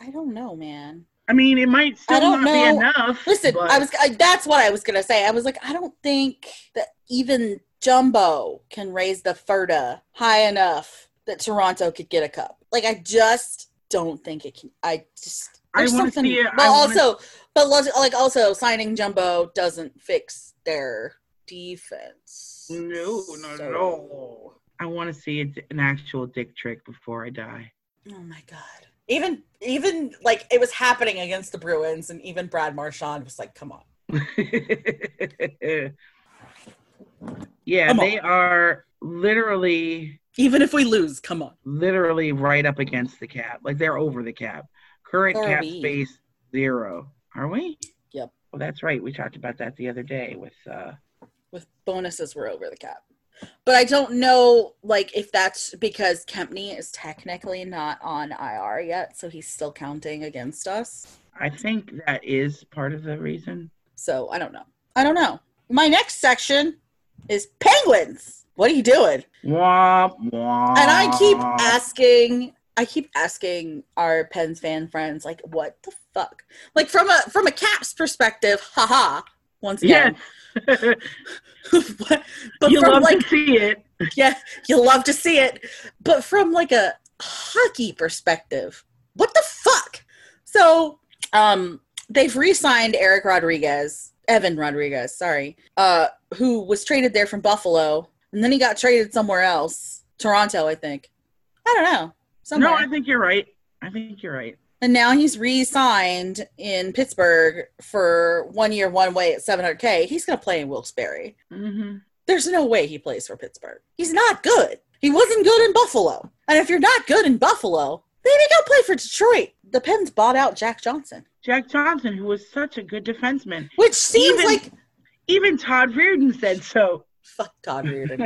[SPEAKER 2] I don't know, man.
[SPEAKER 1] I mean, it might still not know. be enough.
[SPEAKER 2] Listen,
[SPEAKER 1] but-
[SPEAKER 2] I was I, that's what I was gonna say. I was like, I don't think that even Jumbo can raise the E Furta high enough that Toronto could get a cup. Like, I just don't think it can. I just
[SPEAKER 1] I
[SPEAKER 2] there's
[SPEAKER 1] wanna
[SPEAKER 2] something.
[SPEAKER 1] see it.
[SPEAKER 2] But
[SPEAKER 1] I wanna-
[SPEAKER 2] also, but also, like also signing Jumbo doesn't fix their defense.
[SPEAKER 1] No, not at
[SPEAKER 2] So-
[SPEAKER 1] all. I want to see a d- an actual dick trick before I die.
[SPEAKER 2] Oh my god. Even even like it was happening against the Bruins, and even Brad Marchand was like, "Come on."
[SPEAKER 1] yeah,
[SPEAKER 2] Come on.
[SPEAKER 1] they are literally,
[SPEAKER 2] Even if we lose, come on.
[SPEAKER 1] literally right up against the cap. Like they're over the cap. Current
[SPEAKER 2] Or are
[SPEAKER 1] cap
[SPEAKER 2] we?
[SPEAKER 1] space zero. Are we?
[SPEAKER 2] Yep.
[SPEAKER 1] Well, that's right. We talked about that the other day with. uh
[SPEAKER 2] With bonuses, we're over the cap. But I don't know, like, if that's because Kempney is technically not on IR yet, so he's still counting against us.
[SPEAKER 1] I think that is part of the reason.
[SPEAKER 2] So I don't know. I don't know. My next section is Penguins. What are you doing?
[SPEAKER 1] Womp, womp.
[SPEAKER 2] And I keep asking, I keep asking our Pens fan friends, like, what the fuck? Like from a from a Caps perspective, haha. Once
[SPEAKER 1] Yes.
[SPEAKER 2] again, What- but
[SPEAKER 1] you
[SPEAKER 2] from
[SPEAKER 1] love
[SPEAKER 2] like
[SPEAKER 1] to see it.
[SPEAKER 2] yeah, you love to see it. But from like a hockey perspective, what the fuck? So, um, they've re-signed Eric Rodriguez, Evan Rodriguez, sorry, uh, who was traded there from Buffalo, and then he got traded somewhere else, Toronto, I think. I don't know, somewhere.
[SPEAKER 1] No, I think you're right. I think you're right.
[SPEAKER 2] and now he's re-signed in Pittsburgh for one year, one way at 700k. He's gonna play in Wilkes-Barre.
[SPEAKER 1] hmm
[SPEAKER 2] There's no way he plays for Pittsburgh. He's not good. He wasn't good in Buffalo. And if you're not good in Buffalo, maybe go play for Detroit. The Pens bought out Jack Johnson,
[SPEAKER 1] Jack Johnson, who was such a good defenseman,
[SPEAKER 2] which seems
[SPEAKER 1] Even-
[SPEAKER 2] like
[SPEAKER 1] even Todd Reardon said so.
[SPEAKER 2] fuck Todd Reardon.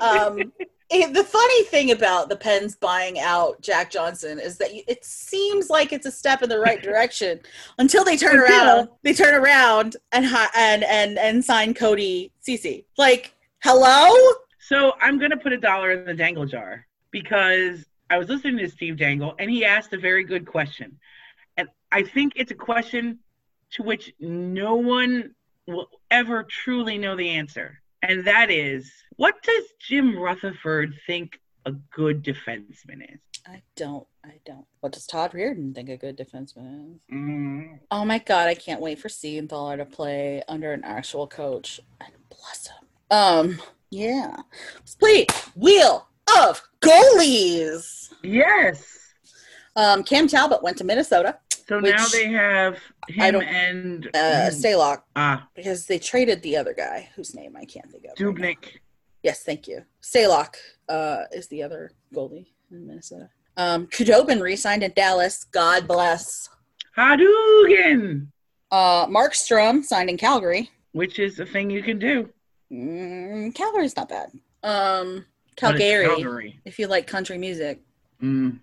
[SPEAKER 2] um, it- the funny thing about the Pens buying out Jack Johnson is that you- it seems like it's a step in the right direction until they turn
[SPEAKER 1] Until-
[SPEAKER 2] around. They turn around and hi- and and and sign Cody Cece. Like, hello.
[SPEAKER 1] So I'm gonna put a dollar in the dangle jar because I was listening to Steve Dangle and he asked a very good question, and I think it's a question to which no one will ever truly know the answer, and that is, what does Jim Rutherford think a good defenseman is?
[SPEAKER 2] I don't. I don't. What does Todd Reardon think a good defenseman is?
[SPEAKER 1] Mm,
[SPEAKER 2] Oh my god, I can't wait for Siegenthaler to play under an actual coach. And bless him. Um, yeah. Let's play Wheel of Goalies.
[SPEAKER 1] yes.
[SPEAKER 2] Um, Cam Talbot went to Minnesota.
[SPEAKER 1] So
[SPEAKER 2] Which-
[SPEAKER 1] now they have
[SPEAKER 2] I
[SPEAKER 1] him
[SPEAKER 2] don't-
[SPEAKER 1] and
[SPEAKER 2] Uh, Stalock
[SPEAKER 1] ah
[SPEAKER 2] because they traded the other guy whose name I can't think of. right now.
[SPEAKER 1] Dubnik.
[SPEAKER 2] Yes, thank you. Stalock uh, is the other goalie in Minnesota. Um, Kudobin re-signed in Dallas. God bless.
[SPEAKER 1] Hadouken,
[SPEAKER 2] Uh, Markstrom signed in Calgary.
[SPEAKER 1] which is a thing you can do.
[SPEAKER 2] Mm, Calgary's not bad. Um,
[SPEAKER 1] But it's
[SPEAKER 2] Calgary, Hmm.
[SPEAKER 1] Calgary.
[SPEAKER 2] if you like country music.
[SPEAKER 1] Mm.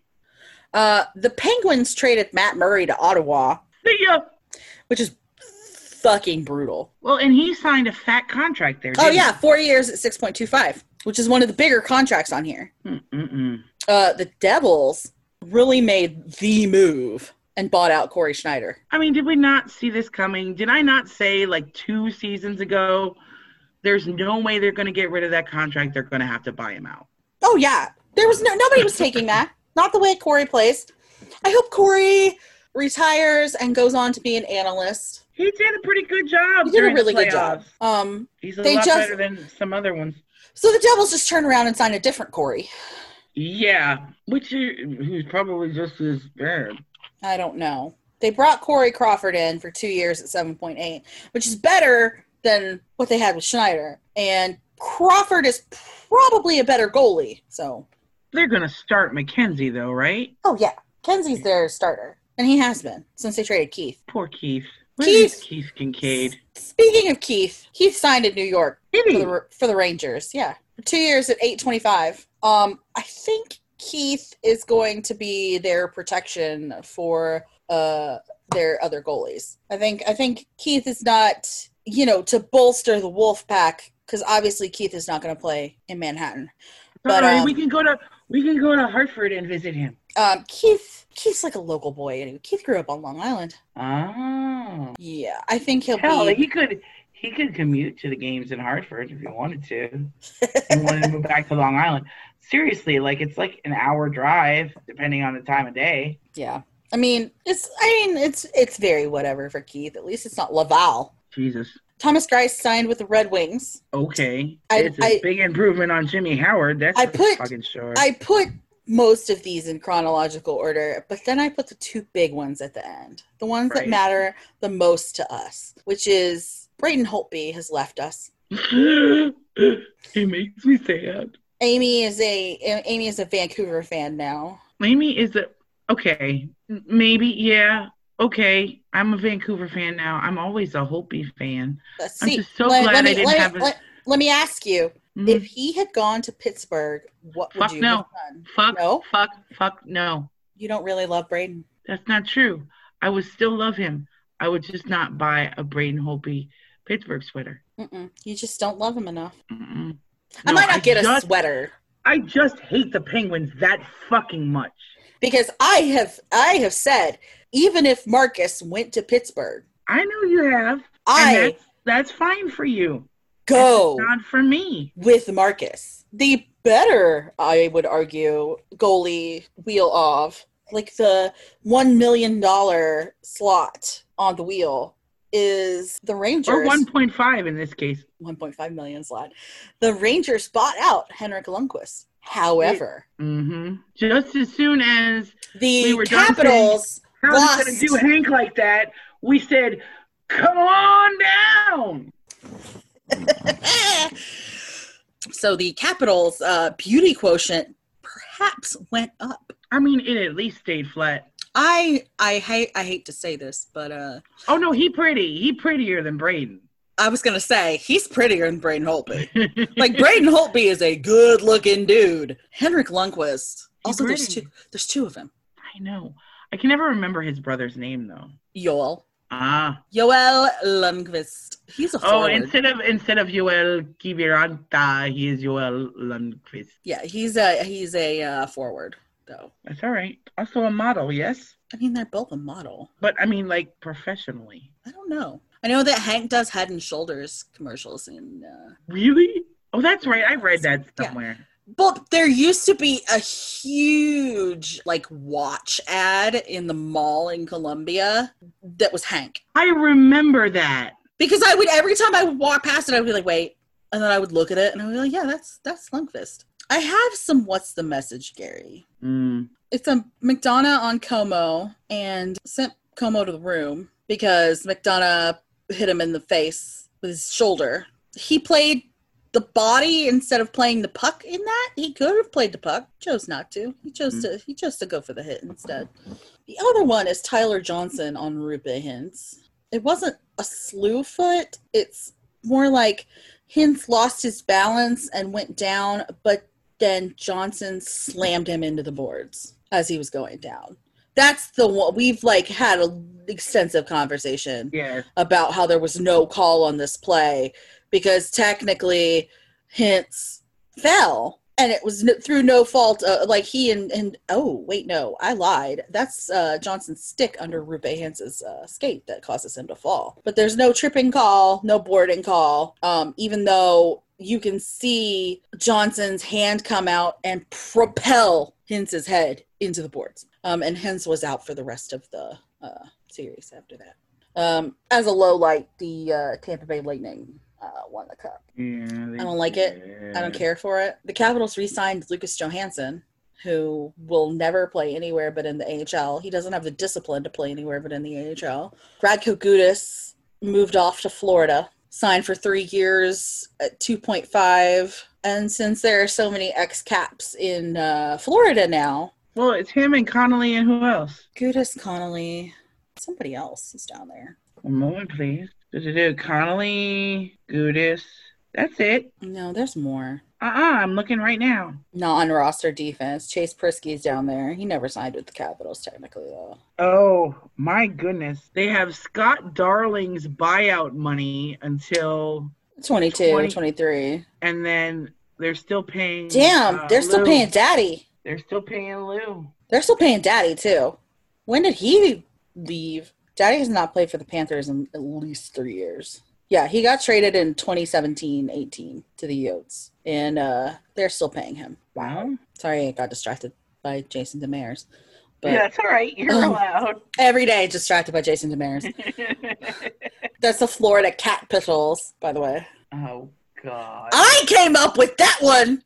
[SPEAKER 2] Uh, the Penguins traded Matt Murray to Ottawa,
[SPEAKER 1] See ya.
[SPEAKER 2] which is fucking brutal.
[SPEAKER 1] Well, and he signed a fat contract there.
[SPEAKER 2] Oh
[SPEAKER 1] didn't
[SPEAKER 2] yeah, four years at six point two five, which is one of the bigger contracts on here.
[SPEAKER 1] he? Mm, mm, mm.
[SPEAKER 2] Uh, the Devils really made the move and bought out Corey Schneider.
[SPEAKER 1] I mean, did we not see this coming? Did I not say like two seasons ago? There's no way they're going to get rid of that contract. They're going to have to buy him out.
[SPEAKER 2] Oh yeah, there was no nobody was taking that. Not the way Corey plays. I hope Corey retires and goes on to be an analyst.
[SPEAKER 1] He did a pretty good job.
[SPEAKER 2] He did a
[SPEAKER 1] during the
[SPEAKER 2] really good job.
[SPEAKER 1] playoffs.
[SPEAKER 2] Um,
[SPEAKER 1] He's a
[SPEAKER 2] They
[SPEAKER 1] lot
[SPEAKER 2] just-
[SPEAKER 1] better than some other ones.
[SPEAKER 2] so the Devils just turned around and signed a different Corey.
[SPEAKER 1] Yeah, which he, he's probably just as bad.
[SPEAKER 2] I don't know. They brought Corey Crawford in for two years at 7.8, which is better than what they had with Schneider. And Crawford is probably a better goalie. So,
[SPEAKER 1] They're gonna start McKenzie though, right?
[SPEAKER 2] oh yeah, Kenzie's their starter, and he has been since they traded Keith.
[SPEAKER 1] Poor Keith. Where is
[SPEAKER 2] Keith!
[SPEAKER 1] Keith Kincaid?
[SPEAKER 2] Speaking of Keith, Keith signed in New York
[SPEAKER 1] Did
[SPEAKER 2] for
[SPEAKER 1] he?
[SPEAKER 2] the, for the Rangers. Yeah, for two years at eight twenty five. Um, I think Keith is going to be their protection for uh their other goalies. I think I think Keith is not you know to bolster the Wolf Pack because obviously Keith is not going to play in Manhattan. but,
[SPEAKER 1] Sorry,
[SPEAKER 2] um,
[SPEAKER 1] we can go to we can go to Hartford and visit him.
[SPEAKER 2] Um, Keith Keith's like a local boy. Anyway, Keith grew up on Long Island.
[SPEAKER 1] Oh,
[SPEAKER 2] Yeah, I think he'll
[SPEAKER 1] hell,
[SPEAKER 2] be.
[SPEAKER 1] he could he could commute to the games in Hartford if he wanted to. and wanted to move back to Long Island. Seriously, like it's like an hour drive depending on the time of day.
[SPEAKER 2] Yeah. I mean, it's I mean, it's it's very whatever for Keith. At least it's not Laval.
[SPEAKER 1] Jesus.
[SPEAKER 2] Thomas Grice signed with the Red Wings.
[SPEAKER 1] Okay,
[SPEAKER 2] I-
[SPEAKER 1] it's a
[SPEAKER 2] I-
[SPEAKER 1] big improvement on Jimmy Howard. That's
[SPEAKER 2] I
[SPEAKER 1] for
[SPEAKER 2] put-
[SPEAKER 1] fucking sure.
[SPEAKER 2] I put most of these in chronological order, but then I put the two big ones at the end. The ones that
[SPEAKER 1] Right.
[SPEAKER 2] matter the most to us, which is Braden Holtby has left us.
[SPEAKER 1] it makes me sad.
[SPEAKER 2] Amy is a Amy is a Vancouver fan now.
[SPEAKER 1] Amy is a okay, m- maybe yeah, okay. I'm a Vancouver fan now. I'm always a Holtby fan.
[SPEAKER 2] Let's
[SPEAKER 1] I'm
[SPEAKER 2] see.
[SPEAKER 1] just so glad I didn't
[SPEAKER 2] let,
[SPEAKER 1] have a-
[SPEAKER 2] let, let me ask you,
[SPEAKER 1] Mm,
[SPEAKER 2] if he had gone to Pittsburgh, what would
[SPEAKER 1] Fuck
[SPEAKER 2] you
[SPEAKER 1] no.
[SPEAKER 2] have done?
[SPEAKER 1] fuck,
[SPEAKER 2] no.
[SPEAKER 1] fuck, fuck, no.
[SPEAKER 2] You don't really love Braden.
[SPEAKER 1] That's not true. I would still love him. I would just not buy a Braden Holtby Pittsburgh sweater.
[SPEAKER 2] Mm-mm. You just don't love him enough.
[SPEAKER 1] Mm-mm.
[SPEAKER 2] I
[SPEAKER 1] No,
[SPEAKER 2] might not get a
[SPEAKER 1] just-
[SPEAKER 2] sweater
[SPEAKER 1] I just hate the Penguins that fucking much.
[SPEAKER 2] because I have I have said even if Marcus went to Pittsburgh,
[SPEAKER 1] I know you have. and
[SPEAKER 2] I
[SPEAKER 1] that's, that's fine for you. That's
[SPEAKER 2] go
[SPEAKER 1] just not for me.
[SPEAKER 2] with Marcus. The better, I would argue, goalie wheel of like the one million dollar slot on the wheel is the Rangers.
[SPEAKER 1] Or 1.5 in this case.
[SPEAKER 2] 1.5 million slot. The Rangers bought out Henrik Lundqvist. However, Mm-hmm.
[SPEAKER 1] hmm Just as soon as We
[SPEAKER 2] the
[SPEAKER 1] were done
[SPEAKER 2] Capitals
[SPEAKER 1] How are you going
[SPEAKER 2] Lost.
[SPEAKER 1] to do Hank like that? We said, come on down.
[SPEAKER 2] so the Capitals uh, beauty quotient perhaps went up.
[SPEAKER 1] I mean, it at least stayed flat.
[SPEAKER 2] I I hate I hate to say this, but uh,
[SPEAKER 1] Oh no, he pretty. He prettier than Braden.
[SPEAKER 2] I was gonna say he's prettier than Braden Holtby. like Braden Holtby is a good looking dude. Henrik Lundqvist. Also, there's
[SPEAKER 1] pretty.
[SPEAKER 2] two. There's two of him.
[SPEAKER 1] I know. I can never remember his brother's name though.
[SPEAKER 2] Joel.
[SPEAKER 1] Ah.
[SPEAKER 2] Joel Lundqvist. He's a
[SPEAKER 1] Oh,
[SPEAKER 2] forward.
[SPEAKER 1] instead of instead of Joel Kiviranta, he is Joel Lundqvist.
[SPEAKER 2] yeah, he's a he's a uh, forward though.
[SPEAKER 1] That's all right. Also a model, yes.
[SPEAKER 2] I mean, they're both a model.
[SPEAKER 1] But I mean, like professionally.
[SPEAKER 2] I don't know. I know that Hank does Head and Shoulders commercials, and uh,
[SPEAKER 1] Really? Oh, that's right. I read that
[SPEAKER 2] Yeah.
[SPEAKER 1] somewhere.
[SPEAKER 2] but there used to be a huge like watch ad in the mall in Columbia that was Hank.
[SPEAKER 1] I remember that.
[SPEAKER 2] Because I would every time I would walk past it, I would be like, "Wait," and then I would look at it, and I would be like, "Yeah, that's that's Lundqvist." I have some. What's the message, Gary?
[SPEAKER 1] Mm.
[SPEAKER 2] It's a McDonough on Como, and sent Como to the room because McDonough hit him in the face with his shoulder. He played the body instead of playing the puck in that. He could have played the puck, chose not to. He chose to. He chose to go for the hit instead. The other one is Tyler Johnson on Rupe Hintz. It wasn't a slew foot. It's more like Hintz lost his balance and went down, but then Johnson slammed him into the boards as he was going down. That's the one we've like had an extensive conversation
[SPEAKER 1] Yes.
[SPEAKER 2] about how there was no call on this play because technically Hintz fell and it was n- through no fault uh, like he and, and oh wait no i lied that's uh, johnson's stick under rupe Hintz's uh, skate that causes him to fall but there's no tripping call no boarding call um, even though you can see johnson's hand come out and propel hintz's head into the boards um, and hintz was out for the rest of the uh, series after that um, as a low light, the uh, Tampa Bay Lightning uh, won the cup.
[SPEAKER 1] Yeah, I Mm.
[SPEAKER 2] don't like it. I don't care for it. The Capitals re-signed Lucas Johansson. who will never play anywhere but in the AHL. He doesn't have the discipline to play anywhere but in the AHL. Radko Gudis moved off to Florida, signed for three years at 2.5. And since there are so many ex caps in uh, Florida now,
[SPEAKER 1] Well, it's him and Connolly and who else?
[SPEAKER 2] Gudis, Connolly, somebody else is down there.
[SPEAKER 1] One moment, please. Do-do-do. Connolly, Gudis. That's it.
[SPEAKER 2] No, there's more.
[SPEAKER 1] Uh uh-uh, uh, i am looking right now.
[SPEAKER 2] Non roster defense. Chase Prisky's down there. He never signed with the Capitals, technically, though.
[SPEAKER 1] Oh my goodness. They have Scott Darling's buyout money until,
[SPEAKER 2] 22,
[SPEAKER 1] 20.
[SPEAKER 2] 23.
[SPEAKER 1] and then they're still paying.
[SPEAKER 2] Damn,
[SPEAKER 1] uh,
[SPEAKER 2] they're still
[SPEAKER 1] Lou.
[SPEAKER 2] paying daddy.
[SPEAKER 1] They're still paying Lou.
[SPEAKER 2] They're still paying daddy, too. When did he leave? Daddy has not played for the Panthers in at least three years. Yeah, he got traded in 2017 18 to the Yotes, and uh, they're still paying him.
[SPEAKER 1] Wow.
[SPEAKER 2] Sorry, I got distracted by Jason Demers. But
[SPEAKER 1] yeah, that's all right. You're
[SPEAKER 2] Um,
[SPEAKER 1] allowed.
[SPEAKER 2] every day, distracted by Jason Demers. That's the Florida Cat Pistols, by the way.
[SPEAKER 1] oh, God.
[SPEAKER 2] I came up with that one.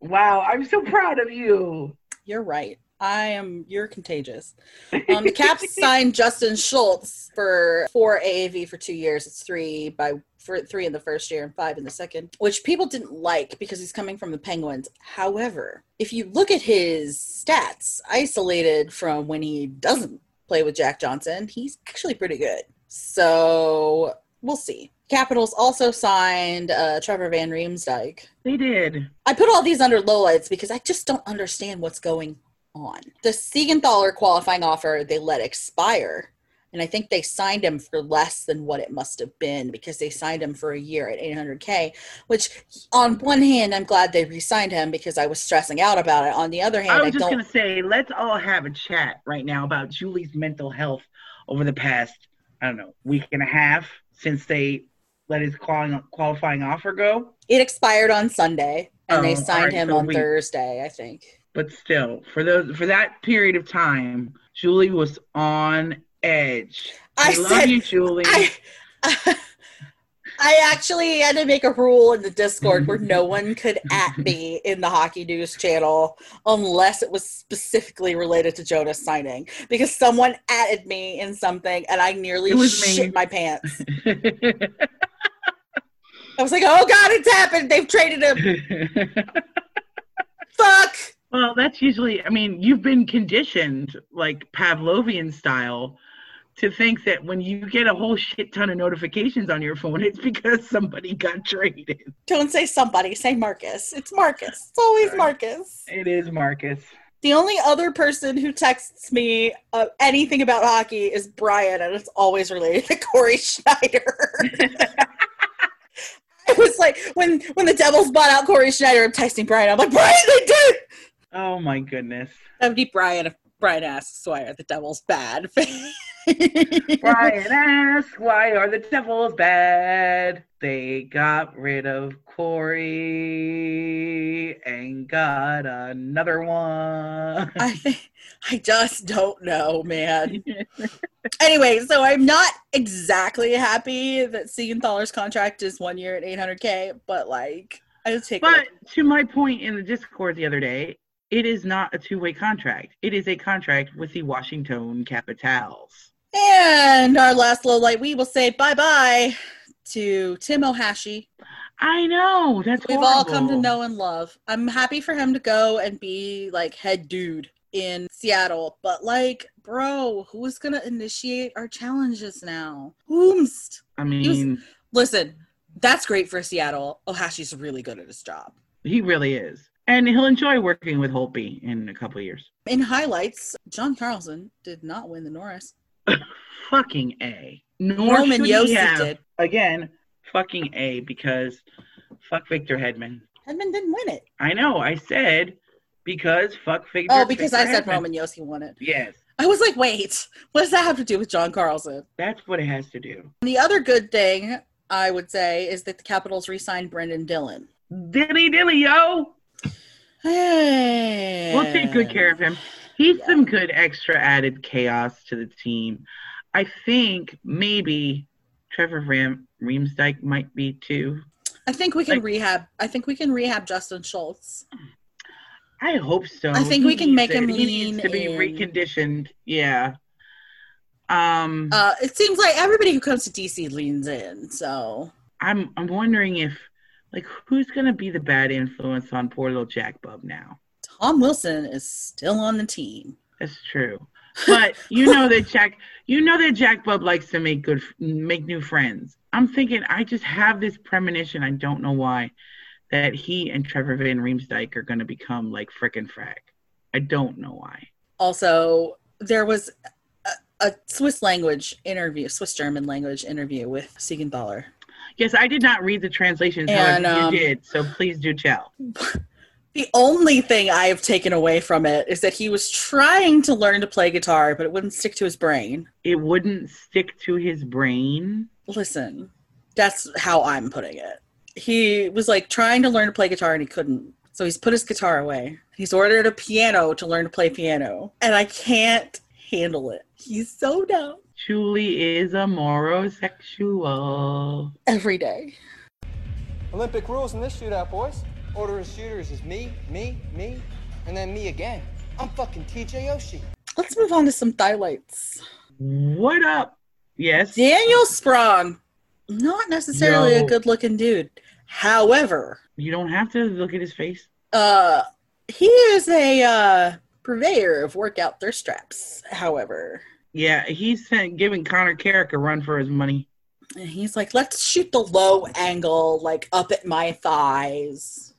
[SPEAKER 1] wow. I'm so proud of you.
[SPEAKER 2] You're right. I am. You're contagious. Um, the Caps signed Justin Schultz for four AAV for two years. It's three by for three in the first year and five in the second, which people didn't like because he's coming from the Penguins. However, if you look at his stats isolated from when he doesn't play with Jack Johnson, he's actually pretty good. So we'll see. Capitals also signed uh, Trevor Van Riemsdyk.
[SPEAKER 1] They did.
[SPEAKER 2] I put all these under lowlights because I just don't understand what's going on. The Siegenthaler qualifying offer they let expire, and I think they signed him for less than what it must have been because they signed him for a year at 800k. Which, on one hand, I'm glad they re-signed him because I was stressing out about it. On the other hand,
[SPEAKER 1] I
[SPEAKER 2] I,
[SPEAKER 1] was just
[SPEAKER 2] don't.
[SPEAKER 1] going to say, let's all have a chat right now about Julie's mental health over the past, I don't know, week and a half since they let his qual- qualifying offer go.
[SPEAKER 2] It expired on Sunday, and
[SPEAKER 1] Oh,
[SPEAKER 2] they signed
[SPEAKER 1] alright,
[SPEAKER 2] him
[SPEAKER 1] so
[SPEAKER 2] on
[SPEAKER 1] we-
[SPEAKER 2] Thursday, I think.
[SPEAKER 1] But still, for those for that period of time, Julie was on edge.
[SPEAKER 2] I,
[SPEAKER 1] love
[SPEAKER 2] said
[SPEAKER 1] you, Julie.
[SPEAKER 2] I, I actually had to make a rule in the Discord where no one could at me in the Hockey News channel unless it was specifically related to Jonas signing because someone atted me in something and I nearly
[SPEAKER 1] It was me.
[SPEAKER 2] shit my pants. I was like, oh God, it's happened. They've traded him. Fuck.
[SPEAKER 1] well, that's usually. I mean, you've been conditioned like Pavlovian style to think that when you get a whole shit ton of notifications on your phone, it's because somebody got traded.
[SPEAKER 2] Don't say somebody, say Marcus. It's Marcus. It's always Marcus.
[SPEAKER 1] It is Marcus.
[SPEAKER 2] The only other person who texts me uh, anything about hockey is Brian, and it's always related to Corey Schneider. I was like, when when the Devils bought out Corey Schneider, I'm texting Brian. I'm like, Brian, they did.
[SPEAKER 1] Oh my goodness,
[SPEAKER 2] That would be Brian if Brian asks why are the Devils bad.
[SPEAKER 1] Brian asks why are the Devils bad? They got rid of Corey and got another one.
[SPEAKER 2] I I just don't know, man. anyway, so I'm not exactly happy that Siegenthaler's contract is one year at 800k, but like I just take. a look.
[SPEAKER 1] But to my point in the Discord the other day, it is not a two-way contract. It is a contract with the Washington Capitals.
[SPEAKER 2] And our last low light, we will say bye bye to Tim Ohashi.
[SPEAKER 1] I know that's
[SPEAKER 2] We've all come to
[SPEAKER 1] horrible.
[SPEAKER 2] know and love. I'm happy for him to go and be like head dude in Seattle, but like, bro, who's gonna initiate our challenges now? Whomst.
[SPEAKER 1] I mean,
[SPEAKER 2] Listen, that's great for Seattle. Ohashi's really good at his job.
[SPEAKER 1] he really is, and he'll enjoy working with Holtby in a couple of years.
[SPEAKER 2] In highlights, John Carlson did not win the Norris.
[SPEAKER 1] Fucking a. Nor
[SPEAKER 2] Roman
[SPEAKER 1] should he
[SPEAKER 2] Yossi
[SPEAKER 1] have.
[SPEAKER 2] did.
[SPEAKER 1] again. Fucking a because fuck Victor Hedman.
[SPEAKER 2] Edmund didn't win it.
[SPEAKER 1] I know I said because fuck Victor.
[SPEAKER 2] Oh, because I
[SPEAKER 1] Victor
[SPEAKER 2] said
[SPEAKER 1] Hedman.
[SPEAKER 2] Roman Yossi won it.
[SPEAKER 1] Yes,
[SPEAKER 2] I was like, wait, what does that have to do with John Carlson?
[SPEAKER 1] that's what it has to do.
[SPEAKER 2] And the other good thing I would say is that the Capitals re signed Brendan Dillon.
[SPEAKER 1] Dilly dilly yo.
[SPEAKER 2] Hey.
[SPEAKER 1] We'll take good care of him. He's
[SPEAKER 2] Yeah.
[SPEAKER 1] some good extra added chaos to the team. I think maybe Trevor Ram Reamsdyke might be too.
[SPEAKER 2] I think we can
[SPEAKER 1] Like-
[SPEAKER 2] rehab. I think we can rehab Justin Schultz.
[SPEAKER 1] I hope so.
[SPEAKER 2] I think
[SPEAKER 1] He
[SPEAKER 2] we can
[SPEAKER 1] needs
[SPEAKER 2] make
[SPEAKER 1] it.
[SPEAKER 2] him
[SPEAKER 1] He needs
[SPEAKER 2] lean
[SPEAKER 1] to be
[SPEAKER 2] in.
[SPEAKER 1] reconditioned. Yeah. Um,
[SPEAKER 2] Uh, it seems like everybody who comes to DC leans in. So
[SPEAKER 1] I'm I'm wondering if like who's gonna be the bad influence on poor little Jack Bub now.
[SPEAKER 2] Tom Wilson is still on the team.
[SPEAKER 1] That's true. But you know that Jack, you know that Jack Bub likes to make good, make new friends. I'm thinking, I just have this premonition. I don't know why, that he and Trevor Van Riemsdyk are going to become like frickin' frag. I don't know why.
[SPEAKER 2] Also, there was a, a Swiss language interview, Swiss German language interview with Siegenthaler.
[SPEAKER 1] Yes, I did not read the translations.
[SPEAKER 2] And,
[SPEAKER 1] however,
[SPEAKER 2] um,
[SPEAKER 1] you did, so please do tell.
[SPEAKER 2] The only thing I have taken away from it is that he was trying to learn to play guitar, but it wouldn't stick to his brain.
[SPEAKER 1] It wouldn't stick to his brain.
[SPEAKER 2] Listen, that's how I'm putting it. He was like trying to learn to play guitar and he couldn't. So he's put his guitar away. He's ordered a piano to learn to play piano, and I can't handle it. He's so dumb
[SPEAKER 1] Julie is a morosexual.
[SPEAKER 2] every day.
[SPEAKER 3] Olympic rules in this shootout, boys. Order of shooters is me, me, me, and then me again. I'm fucking TJ Oshie.
[SPEAKER 2] Let's move on to some highlights.
[SPEAKER 1] What up? Yes.
[SPEAKER 2] Daniel Sprong, not necessarily
[SPEAKER 1] Yo.
[SPEAKER 2] a good looking dude. However,
[SPEAKER 1] You don't have to look at his face.
[SPEAKER 2] uh, he is a uh, purveyor of workout thirst traps, however.
[SPEAKER 1] Yeah, he's sent, giving Connor Carrick a run for his money.
[SPEAKER 2] And he's like, let's shoot the low angle, like up at my thighs.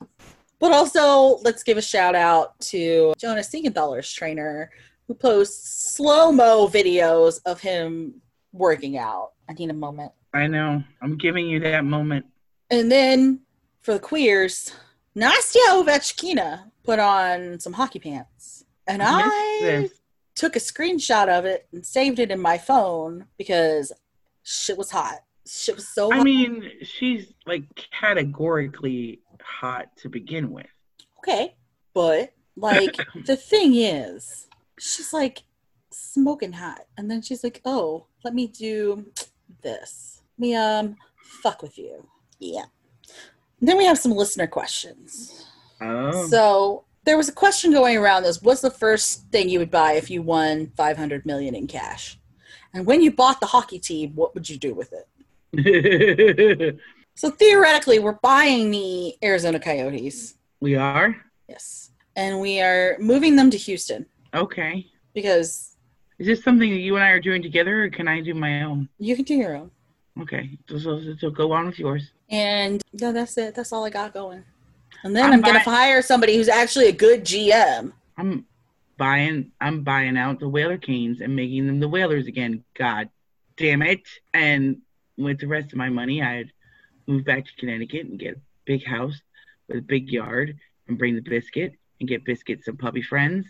[SPEAKER 2] But also, let's give a shout out to Jonas Siegenthaler's trainer, who posts slow mo videos of him working out. I need a moment.
[SPEAKER 1] I know. I'm giving you that moment.
[SPEAKER 2] And then for the queers, Nastya Ovechkina put on some hockey pants. And
[SPEAKER 1] I missed
[SPEAKER 2] I
[SPEAKER 1] this.
[SPEAKER 2] took a screenshot of it and saved it in my phone because shit was hot. Shit was so hot.
[SPEAKER 1] I mean, she's like categorically hot to begin with.
[SPEAKER 2] okay. But like the thing is, she's like smoking hot. And then she's like, oh, let me do this. Let me um fuck with you. Yeah. And then we have some listener questions.
[SPEAKER 1] Oh.
[SPEAKER 2] So there was a question going around this. What's the first thing you would buy if you won 500 million in cash? And when you bought the hockey team, what would you do with it? So theoretically, we're buying the Arizona Coyotes.
[SPEAKER 1] we are?
[SPEAKER 2] Yes. And we are moving them to Houston
[SPEAKER 1] Okay.
[SPEAKER 2] because
[SPEAKER 1] Is this something that you and I are doing together or can I do my own?
[SPEAKER 2] you can do your own.
[SPEAKER 1] Okay. So, so, so go on with yours.
[SPEAKER 2] And no, that's it. That's all I got going. And then
[SPEAKER 1] I'm
[SPEAKER 2] I'm, going
[SPEAKER 1] buying-
[SPEAKER 2] to hire somebody who's actually a good GM.
[SPEAKER 1] I'm buying I'm buying out the Whaler Canes and making them the Whalers again. God damn it. And with the rest of my money I'd move back to Connecticut and get a big house with a big yard and bring the biscuit and get biscuit some puppy friends.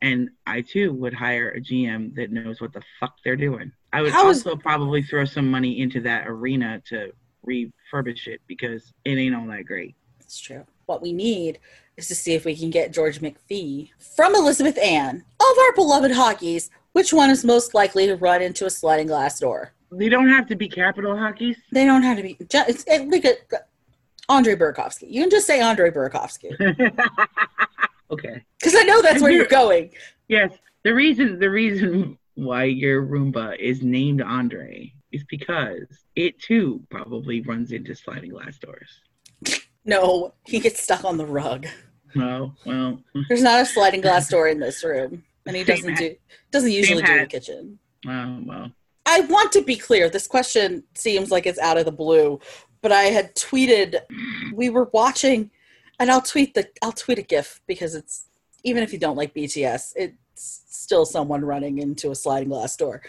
[SPEAKER 1] And I too would hire a GM that knows what the fuck they're doing. I would
[SPEAKER 2] How is-
[SPEAKER 1] also probably throw some money into that arena to refurbish it because it ain't all that great.
[SPEAKER 2] It's true. What we need is to see if we can get George McPhee from Elizabeth Ann. Of our beloved hockeys, which one is most likely to run into a sliding glass door?
[SPEAKER 1] They don't have to be capital hockeys.
[SPEAKER 2] They don't have to be. ju- It's it, like a, Andre Burakovsky. You can just say Andre Burakovsky
[SPEAKER 1] okay.
[SPEAKER 2] because I know that's where you're going.
[SPEAKER 1] Yes, the reason the reason why your Roomba is named Andre is because it too probably runs into sliding glass doors.
[SPEAKER 2] No, he gets stuck on the rug.
[SPEAKER 1] Oh well,
[SPEAKER 2] There's not a sliding glass door in this room, and he
[SPEAKER 1] Same
[SPEAKER 2] doesn't
[SPEAKER 1] hat.
[SPEAKER 2] do doesn't usually do the
[SPEAKER 1] hat.
[SPEAKER 2] kitchen.
[SPEAKER 1] oh well.
[SPEAKER 2] I want to be clear. This question seems like it's out of the blue, but I had tweeted we were watching, and I'll tweet the I'll tweet a GIF because it's even if you don't like BTS, it's still someone running into a sliding glass door.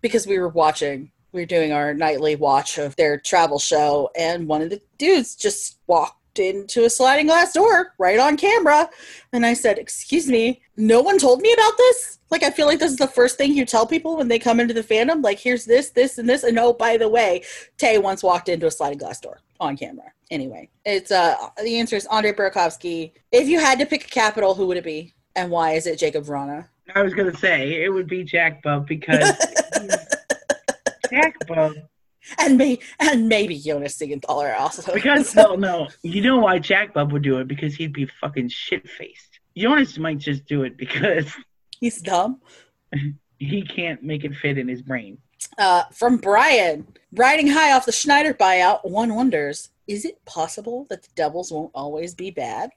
[SPEAKER 2] Because we were watching, we were doing our nightly watch of their travel show, and one of the dudes just walked into a sliding glass door right on camera, and I said, "Excuse me, no one told me about this." Like I feel like this is the first thing you tell people when they come into the fandom. Like, here's this, this, and this, and oh, by the way, Tay once walked into a sliding glass door on camera. Anyway, it's uh the answer is Andre Burakovsky. If you had to pick a capital, who would it be, and why is it Jacob Vrana?
[SPEAKER 1] I was gonna say it would be Jack Bub because Jack Bub
[SPEAKER 2] and may and maybe Jonas Siegenthaler also
[SPEAKER 1] because well no, you know why Jack Bub would do it because he'd be fucking shit faced. Jonas might just do it because
[SPEAKER 2] He's dumb.
[SPEAKER 1] he can't make it fit in his brain.
[SPEAKER 2] Uh, from Brian, riding high off the Schneider buyout, one wonders: Is it possible that the Devils won't always be bad?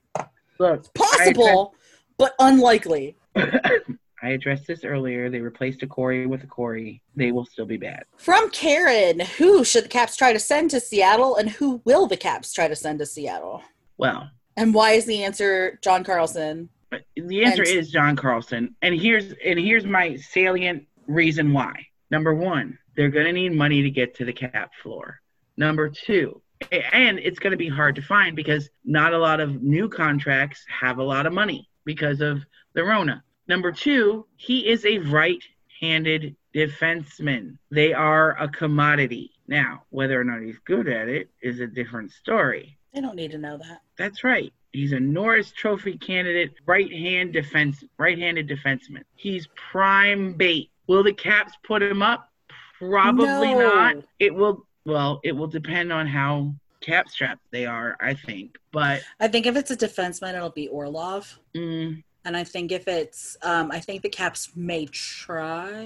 [SPEAKER 1] Look,
[SPEAKER 2] Possible, but unlikely.
[SPEAKER 1] I addressed this earlier. They replaced a Corey with a Corey. They will still be bad.
[SPEAKER 2] From Karen, who should the Caps try to send to Seattle, and who will the Caps try to send to Seattle?
[SPEAKER 1] Well,
[SPEAKER 2] And why is the answer John Carlson?
[SPEAKER 1] but the answer
[SPEAKER 2] And-
[SPEAKER 1] is John Carlson. And here's and here's my salient reason why. Number one, they're going to need money to get to the cap floor. Number two, a- and it's going to be hard to find because not a lot of new contracts have a lot of money because of the Rona. Number two, he is a right-handed defenseman. They are a commodity. Now, whether or not he's good at it is a different story.
[SPEAKER 2] They don't need to know that.
[SPEAKER 1] That's right. He's a Norris Trophy candidate, right hand defense, right-handed defenseman. He's prime bait. Will the Caps put him up? Probably
[SPEAKER 2] No.
[SPEAKER 1] not. It will. Well, it will depend on how cap strapped they are, I think. But
[SPEAKER 2] I think if it's a defenseman, it'll be Orlov.
[SPEAKER 1] mm,
[SPEAKER 2] And I think if it's, um, I think the Caps may try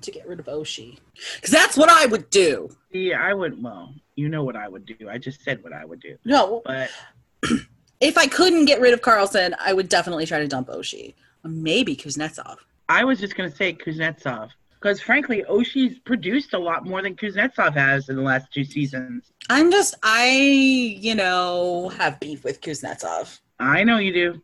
[SPEAKER 2] to get rid of Oshi. Because that's what I would do.
[SPEAKER 1] yeah, I would. Well, you know what I would do. I just said what I would do.
[SPEAKER 2] No,
[SPEAKER 1] But
[SPEAKER 2] if I couldn't get rid of Carlson, I would definitely try to dump Oshi. Maybe Kuznetsov.
[SPEAKER 1] I was just gonna say Kuznetsov because frankly, Oshie's produced a lot more than Kuznetsov has in the last two seasons.
[SPEAKER 2] I'm just, I, you know, have beef with Kuznetsov.
[SPEAKER 1] I know you do.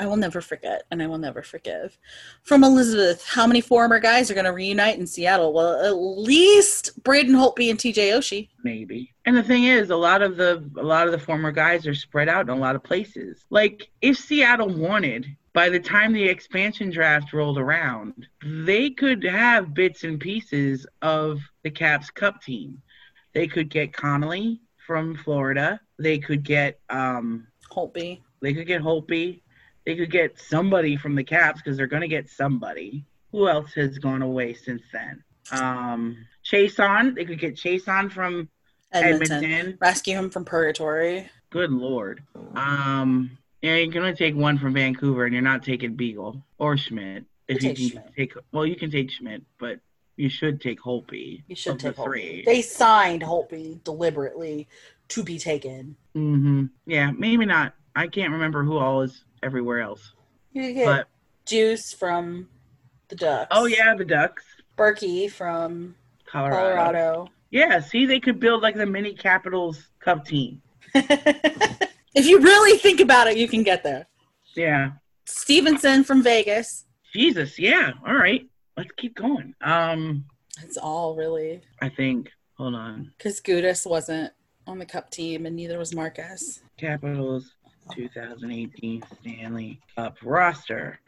[SPEAKER 2] I will never forget, and I will never forgive. From Elizabeth, how many former guys are going to reunite in Seattle? Well, at least Braden Holtby and TJ Oshie.
[SPEAKER 1] maybe. And the thing is, a lot of the a lot of the former guys are spread out in a lot of places. Like if Seattle wanted, by the time the expansion draft rolled around, they could have bits and pieces of the Caps Cup team. They could get Connolly from Florida. They could get um,
[SPEAKER 2] Holtby.
[SPEAKER 1] they could get Holtby. They could get somebody from the Caps because they're going to get somebody. Who else has gone away since then? Um, Chase on. They could get Chase on from
[SPEAKER 2] Edmonton.
[SPEAKER 1] Edmonton.
[SPEAKER 2] Rescue him from purgatory.
[SPEAKER 1] Good lord. Um, yeah, you're gonna take one from Vancouver, and you're not taking Beagle or Schmidt. If
[SPEAKER 2] You
[SPEAKER 1] you can
[SPEAKER 2] take Schmidt.
[SPEAKER 1] take, well, you can take Schmidt, but you should take Holpe.
[SPEAKER 2] You should
[SPEAKER 1] of
[SPEAKER 2] take
[SPEAKER 1] the
[SPEAKER 2] Holtby.
[SPEAKER 1] three.
[SPEAKER 2] They signed Holtby deliberately to be taken.
[SPEAKER 1] hmm Yeah, maybe not. I can't remember who all is everywhere else.
[SPEAKER 2] You get
[SPEAKER 1] But
[SPEAKER 2] Juice from the Ducks.
[SPEAKER 1] oh yeah, the Ducks,
[SPEAKER 2] Berkey from
[SPEAKER 1] Colorado.
[SPEAKER 2] Colorado.
[SPEAKER 1] Yeah, see, they could build like the mini Capitals Cup team.
[SPEAKER 2] if you really think about it, you can get there.
[SPEAKER 1] Yeah.
[SPEAKER 2] Stevenson from Vegas.
[SPEAKER 1] Jesus. Yeah. All right. Let's keep going. Um,
[SPEAKER 2] It's all really
[SPEAKER 1] I think. Hold on.
[SPEAKER 2] because Gudis wasn't on the Cup team, and neither was Marcus.
[SPEAKER 1] Capitals 2018 Stanley Cup roster.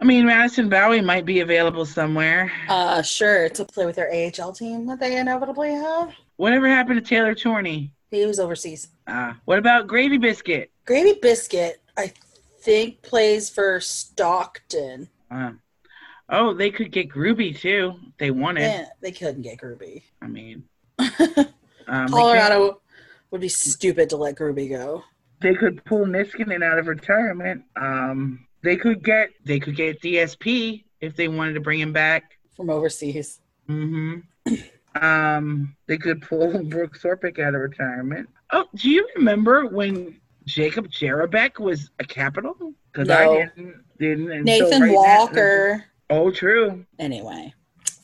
[SPEAKER 1] I mean, Madison Bowie might be available somewhere.
[SPEAKER 2] Uh, sure, to play with their AHL team that they inevitably have.
[SPEAKER 1] Whatever happened to Taylor Tourney?
[SPEAKER 2] He was overseas.
[SPEAKER 1] Uh, what about Gravy Biscuit?
[SPEAKER 2] Gravy Biscuit, I think, plays for Stockton.
[SPEAKER 1] Uh, oh, they could get Groovy too. if They want it.
[SPEAKER 2] Yeah, they couldn't get Groovy.
[SPEAKER 1] I mean, um,
[SPEAKER 2] Colorado would be stupid to let Groovy go.
[SPEAKER 1] They, could, they could pull Niskanen out of retirement. Um, they could get they could get DSP if they wanted to bring him back.
[SPEAKER 2] From overseas.
[SPEAKER 1] hmm Um, they could pull Brooke Sorpik out of retirement. Oh, do you remember when Jacob Jarabek was a capital? Because I
[SPEAKER 2] No.
[SPEAKER 1] didn't. didn't and so
[SPEAKER 2] Nathan
[SPEAKER 1] right now-
[SPEAKER 2] Walker.
[SPEAKER 1] oh, true.
[SPEAKER 2] Anyway,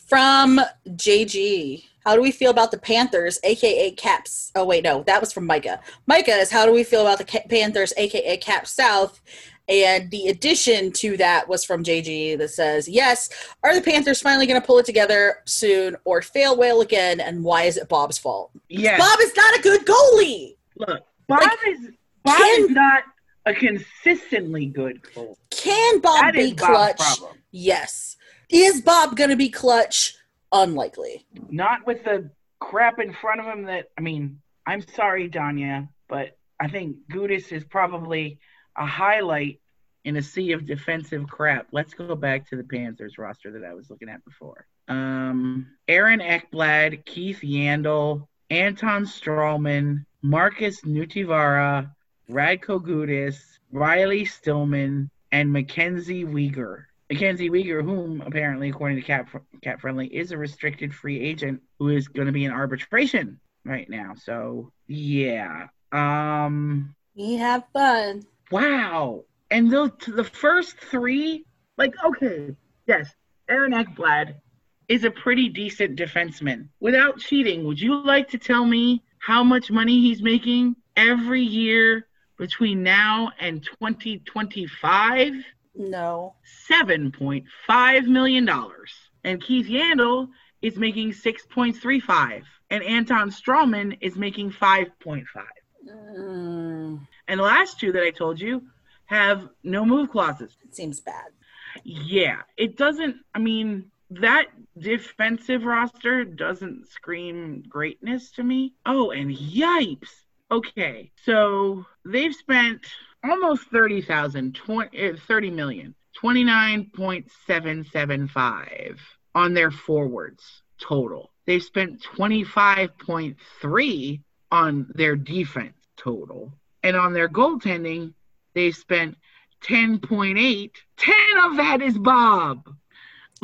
[SPEAKER 2] from JG. How do we feel about the Panthers, aka Caps? Oh wait, no, that was from Micah. Micah is how do we feel about the Ca- Panthers, aka Cap South? And the addition to that was from JG that says, "Yes, are the Panthers finally going to pull it together soon, or fail whale again? And why is it Bob's fault?
[SPEAKER 1] Yes.
[SPEAKER 2] Bob is not a good goalie.
[SPEAKER 1] Look, Bob
[SPEAKER 2] Like,
[SPEAKER 1] is Bob
[SPEAKER 2] Ken-
[SPEAKER 1] is not a consistently good goalie.
[SPEAKER 2] Can Bob
[SPEAKER 1] That
[SPEAKER 2] be
[SPEAKER 1] is
[SPEAKER 2] clutch?
[SPEAKER 1] Bob's problem.
[SPEAKER 2] Yes. Is Bob going to be clutch? Unlikely.
[SPEAKER 1] Not with the crap in front of him. That I mean, I'm sorry, Danya, but I think Gudis is probably a highlight in a sea of defensive crap. Let's go back to the Panthers roster that I was looking at before. Um, Aaron Ekblad, Keith Yandel, Anton Strawman, Marcus Nutivara, Radko Gudis, Riley Stillman, and Mackenzie Weger. Mackenzie Weger, whom apparently, according to Cat, Cat Friendly, is a restricted free agent who is going to be in arbitration right now. So, yeah. Um,
[SPEAKER 4] We have fun.
[SPEAKER 1] wow. And the, the first three, like, okay, yes, Aaron Eckblad is a pretty decent defenseman. Without cheating, would you like to tell me how much money he's making every year between now and 2025?
[SPEAKER 2] No.
[SPEAKER 1] $7.5 million. And Keith Yandel is making 6.35. And Anton Strawman is making 5.5.
[SPEAKER 2] Mm,
[SPEAKER 1] And the last two that I told you have no move clauses.
[SPEAKER 2] it seems bad.
[SPEAKER 1] Yeah, it doesn't, I mean, that defensive roster doesn't scream greatness to me. Oh, and yipes. Okay, so they've spent almost 30,000, 20, uh, 30 million, 29.775 on their forwards total. They've spent 25.3 on their defense total. And on their goaltending, they've spent 10.8. 10 of that is Bob.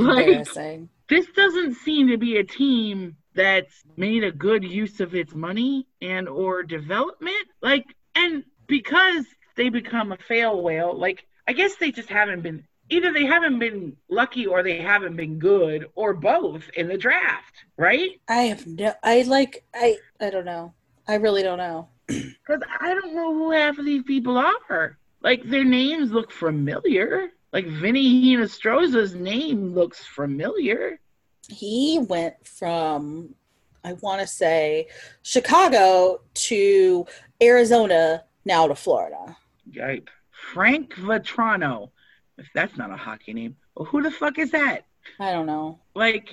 [SPEAKER 1] Like,
[SPEAKER 2] Embarrassing.
[SPEAKER 1] this doesn't seem to be a team that's made a good use of its money and or development like and because they become a fail whale like i guess they just haven't been either they haven't been lucky or they haven't been good or both in the draft right
[SPEAKER 4] I have no. I like. I. I don't know. I really don't know.
[SPEAKER 1] because i don't know who half of these people are like their names look familiar like vinny hinostroza's name looks familiar
[SPEAKER 2] He went from, I want to say, Chicago to Arizona, now to Florida.
[SPEAKER 1] Yipe. Frank Vetrano. If that's not a hockey name, who the fuck is that?
[SPEAKER 2] I don't know.
[SPEAKER 1] Like,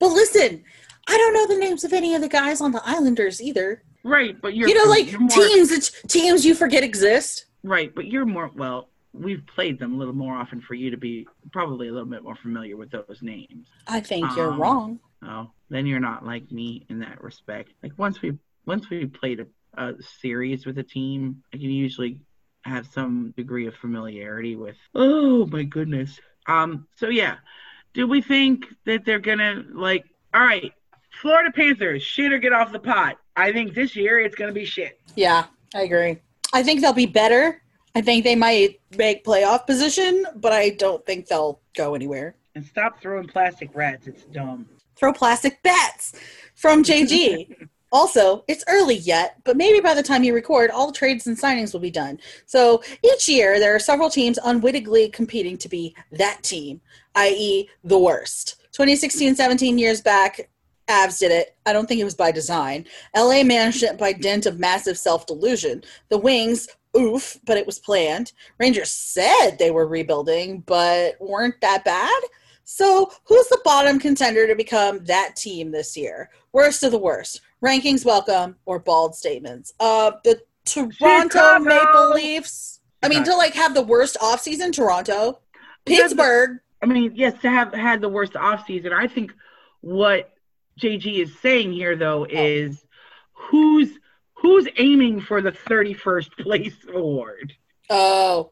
[SPEAKER 2] But listen, I don't know the names of any of the guys on the Islanders either.
[SPEAKER 1] right, but you're
[SPEAKER 2] you know, like
[SPEAKER 1] you're more,
[SPEAKER 2] teams that teams you forget exist.
[SPEAKER 1] Right, but you're more well. We've played them a little more often for you to be probably a little bit more familiar with those names.
[SPEAKER 2] I think you're
[SPEAKER 1] Um,
[SPEAKER 2] wrong.
[SPEAKER 1] Oh, then you're not like me in that respect. Like once we once we played a, a series with a team, I can usually have some degree of familiarity with. Oh my goodness. Um. So yeah, do we think that they're gonna like? All right, Florida Panthers, shit or get off the pot. I think this year it's gonna be shit.
[SPEAKER 2] Yeah, I agree. I think they'll be better. I think they might make playoff position, but I don't think they'll go anywhere.
[SPEAKER 1] And stop throwing plastic rats. It's dumb.
[SPEAKER 2] Throw plastic bats from JG. also, it's early yet, but maybe by the time you record, all trades and signings will be done. So each year, there are several teams unwittingly competing to be that team, i.e., e, the worst. 2016 17 years back, Avs did it. I don't think it was by design. LA managed it by dint of massive self delusion. The Wings, oof, but it was planned. Rangers said they were rebuilding, but weren't that bad. So, who's the bottom contender to become that team this year? Worst of the worst. Rankings welcome or bald statements. Uh, the Toronto
[SPEAKER 1] Chicago!
[SPEAKER 2] Maple Leafs. I mean,
[SPEAKER 1] Chicago.
[SPEAKER 2] to like have the worst offseason, Toronto, Pittsburgh.
[SPEAKER 1] I mean, yes, to have had the worst offseason. I think what JG is saying here though is who's who's aiming for the 31st place award.
[SPEAKER 2] Oh,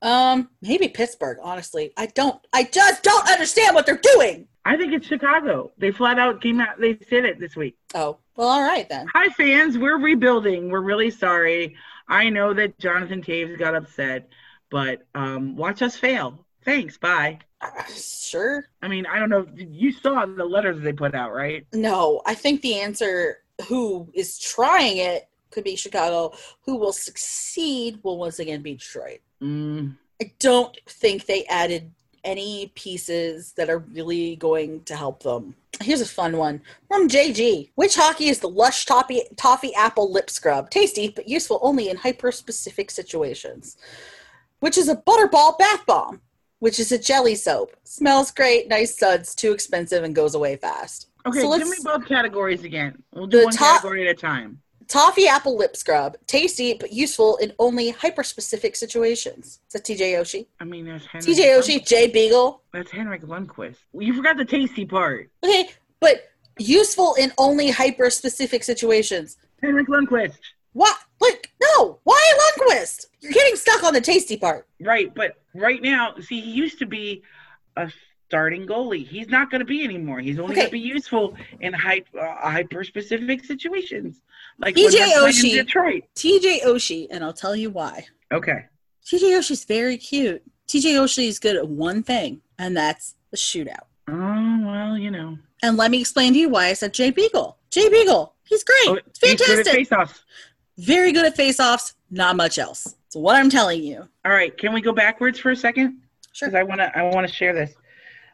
[SPEAKER 2] um, maybe Pittsburgh. Honestly, I don't. I just don't understand what they're doing.
[SPEAKER 1] I think it's Chicago. They flat out came out they said it this week.
[SPEAKER 2] Oh, well, all right then.
[SPEAKER 1] Hi fans, we're rebuilding. We're really sorry. I know that Jonathan Taves got upset, but um watch us fail. Thanks, bye.
[SPEAKER 2] Uh, Sure.
[SPEAKER 1] I mean, I don't know. if- You saw the letters they put out, right?
[SPEAKER 2] No, I think the answer who is trying it could be Chicago. Who will succeed will once again be Detroit.
[SPEAKER 1] Mm,
[SPEAKER 2] I don't think they added any pieces that are really going to help them. Here's a fun one from JG. Which hockey is the lush toffee, toffee apple lip scrub? Tasty, but useful only in hyper specific situations. Which is a butterball bath bomb? Which is a jelly soap? Smells great, nice suds, too expensive, and goes away fast.
[SPEAKER 1] Okay,
[SPEAKER 2] So
[SPEAKER 1] give me
[SPEAKER 2] let's-
[SPEAKER 1] both categories again. We'll do
[SPEAKER 2] The
[SPEAKER 1] one
[SPEAKER 2] top-
[SPEAKER 1] category at a time.
[SPEAKER 2] Toffee apple lip scrub. Tasty, but useful in only hyper specific situations. Is that TJ Oshie?
[SPEAKER 1] I mean, there's Henrik.
[SPEAKER 2] TJ
[SPEAKER 1] Lund-
[SPEAKER 2] Oshie, Jay Beagle,
[SPEAKER 1] That's Henrik Lundqvist. You forgot the tasty part.
[SPEAKER 2] Okay, but useful in only hyper specific situations.
[SPEAKER 1] Henrik Lundqvist.
[SPEAKER 2] What? Like, no, why Lundquist? You're getting stuck on the tasty part.
[SPEAKER 1] Right, but right now, see, he used to be a starting goalie. He's not going to be anymore. He's only going
[SPEAKER 2] Okay.
[SPEAKER 1] to be useful in hy- uh, hyper specific situations, like
[SPEAKER 2] DJ
[SPEAKER 1] when they're playing
[SPEAKER 2] Oshie.
[SPEAKER 1] Detroit.
[SPEAKER 2] TJ Oshie, and I'll tell you why.
[SPEAKER 1] Okay,
[SPEAKER 2] TJ Oshie's very cute. TJ Oshie is good at one thing, and that's the shootout.
[SPEAKER 1] oh well, you know,
[SPEAKER 2] And let me explain to you why I said Jay Beagle. Jay Beagle, he's great.
[SPEAKER 1] oh,
[SPEAKER 2] it's
[SPEAKER 1] he's good at
[SPEAKER 2] fantastic.
[SPEAKER 1] face-offs.
[SPEAKER 2] very good at face-offs, not much else. It's what I'm telling you.
[SPEAKER 1] All right, can we go backwards for a second?
[SPEAKER 2] Sure.
[SPEAKER 1] because I want to I want to share this.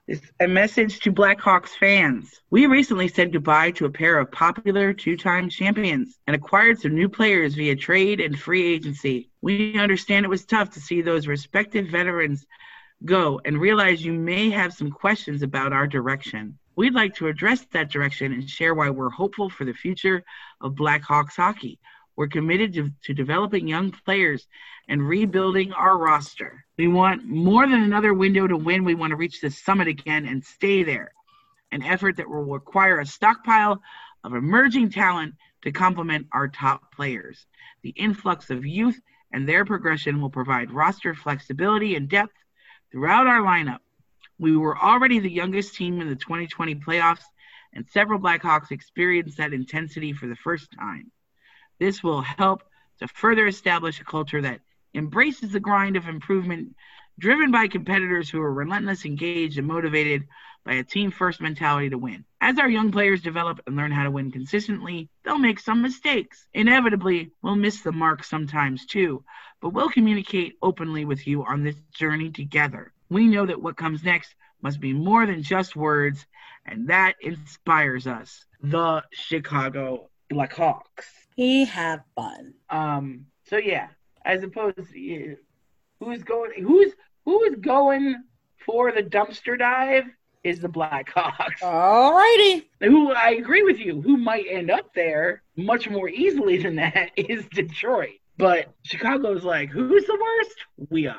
[SPEAKER 1] This a message to Blackhawks fans. We recently said goodbye to a pair of popular two-time champions and acquired some new players via trade and free agency. We understand it was tough to see those respected veterans go and realize you may have some questions about our direction. We'd like to address that direction and share why we're hopeful for the future of Blackhawks hockey. We're committed to, to developing young players and rebuilding our roster. We want more than another window to win. We want to reach the summit again and stay there. An effort that will require a stockpile of emerging talent to complement our top players. The influx of youth and their progression will provide roster flexibility and depth throughout our lineup. We were already the youngest team in the 2020 playoffs, and several Blackhawks experienced that intensity for the first time. This will help to further establish a culture that embraces the grind of improvement, driven by competitors who are relentless, engaged, and motivated by a team first mentality to win. As our young players develop and learn how to win consistently, they'll make some mistakes. Inevitably, we'll miss the mark sometimes too, but we'll communicate openly with you on this journey together. We know that what comes next must be more than just words, and that inspires us. The Chicago Blackhawks.
[SPEAKER 2] We have fun.
[SPEAKER 1] Um. So yeah, as opposed to you, who's going, who's who's going for the dumpster dive is the Blackhawks.
[SPEAKER 2] Alrighty.
[SPEAKER 1] Who I agree with you, who might end up there much more easily than that is Detroit. But Chicago's like, who's the worst? We are.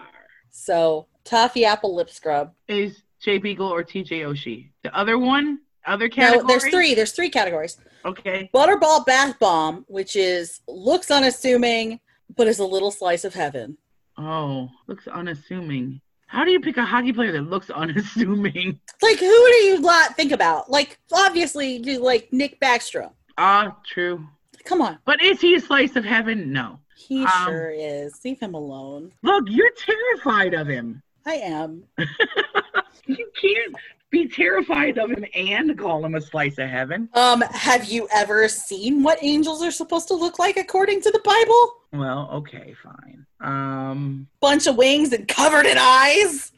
[SPEAKER 2] So toffee apple lip scrub.
[SPEAKER 1] Is Jay Beagle or T.J. Oshie the other one? Other
[SPEAKER 2] Now
[SPEAKER 1] category?
[SPEAKER 2] there's three. There's three categories.
[SPEAKER 1] Okay.
[SPEAKER 2] Butterball bath bomb, which is looks unassuming, but is a little slice of heaven.
[SPEAKER 1] Oh, looks unassuming. How do you pick a hockey player that looks unassuming?
[SPEAKER 2] Like who do you lot think about? Like obviously you like Nick Backstrom.
[SPEAKER 1] Ah, true.
[SPEAKER 2] Come on.
[SPEAKER 1] But is he a slice of heaven? No.
[SPEAKER 2] He
[SPEAKER 1] Um,
[SPEAKER 2] sure is. Leave him alone.
[SPEAKER 1] Look, you're terrified of him.
[SPEAKER 2] I am.
[SPEAKER 1] You can't be terrified of him and call him a slice of heaven.
[SPEAKER 2] Um, have you ever seen what angels are supposed to look like according to the Bible?
[SPEAKER 1] Well, okay, fine. Um,
[SPEAKER 2] Bunch of wings and covered in eyes.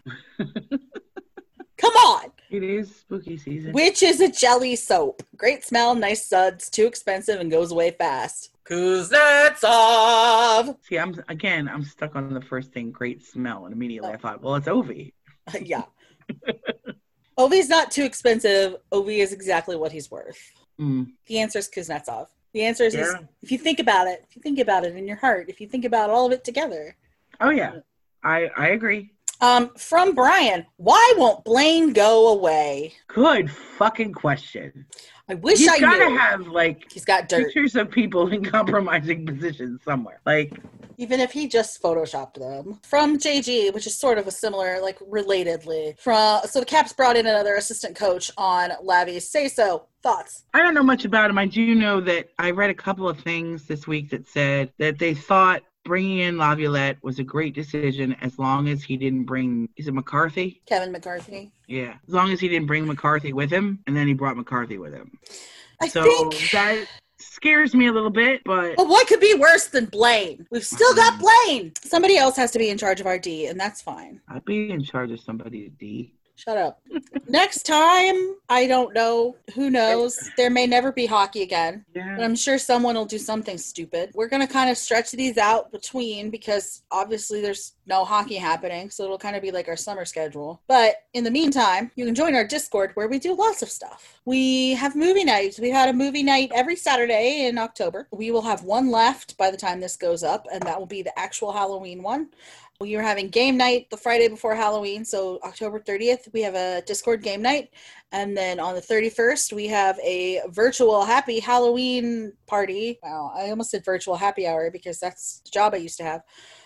[SPEAKER 2] Come on.
[SPEAKER 1] it is spooky season.
[SPEAKER 2] Which is a jelly soap. Great smell, nice suds, too expensive and goes away fast. Kuznetsov.
[SPEAKER 1] See, I'm again, I'm stuck on the first thing, great smell, and immediately
[SPEAKER 2] Oh.
[SPEAKER 1] I thought, well, it's Ovi.
[SPEAKER 2] yeah. Ovi's not too expensive. Ovi is exactly what he's worth.
[SPEAKER 1] Mm,
[SPEAKER 2] The answer is Kuznetsov. The answer is, is
[SPEAKER 1] Yeah.
[SPEAKER 2] if you think about it, if you think about it in your heart, if you think about all of it together.
[SPEAKER 1] Oh yeah, I I agree.
[SPEAKER 2] Um, from Brian, why won't Blaine go away?
[SPEAKER 1] Good fucking question.
[SPEAKER 2] I wish
[SPEAKER 1] you
[SPEAKER 2] I
[SPEAKER 1] gotta
[SPEAKER 2] knew.
[SPEAKER 1] have like
[SPEAKER 2] He's got dirt.
[SPEAKER 1] pictures of people in compromising positions somewhere. Like,
[SPEAKER 2] Even if he just photoshopped them. From JG, which is sort of a similar, like relatedly. From so the Caps brought in another assistant coach on Lavi Say so. Thoughts.
[SPEAKER 1] I don't know much about him. I do know that I read a couple of things this week that said that they thought bringing in Laviolette was a great decision as long as he didn't bring, is it McCarthy?
[SPEAKER 2] Kevin McCarthy.
[SPEAKER 1] Yeah. As long as he didn't bring McCarthy with him, and then he brought McCarthy with him.
[SPEAKER 2] I
[SPEAKER 1] so
[SPEAKER 2] think Oh.
[SPEAKER 1] that scares me a little bit, but
[SPEAKER 2] But what could be worse than Blaine? We've still got Blaine. Somebody else has to be in charge of our D, and that's fine.
[SPEAKER 1] I'd be in charge of somebody's D.
[SPEAKER 2] Shut up. Next time, I don't know. Who knows? There may never be hockey again. But
[SPEAKER 1] Yeah.
[SPEAKER 2] I'm sure someone will do something stupid. We're going to kind of stretch these out between because obviously there's no hockey happening. So it'll kind of be like our summer schedule. But in the meantime, you can join our Discord where we do lots of stuff. We have movie nights. We've had a movie night every Saturday in October. We will have one left by the time this goes up, and that will be the actual Halloween one. We are having game night the Friday before Halloween, so October 30th. We have a Discord game night And then on the 31st, we have a virtual happy Halloween party. Wow, I almost said virtual happy hour because that's the job I used to have.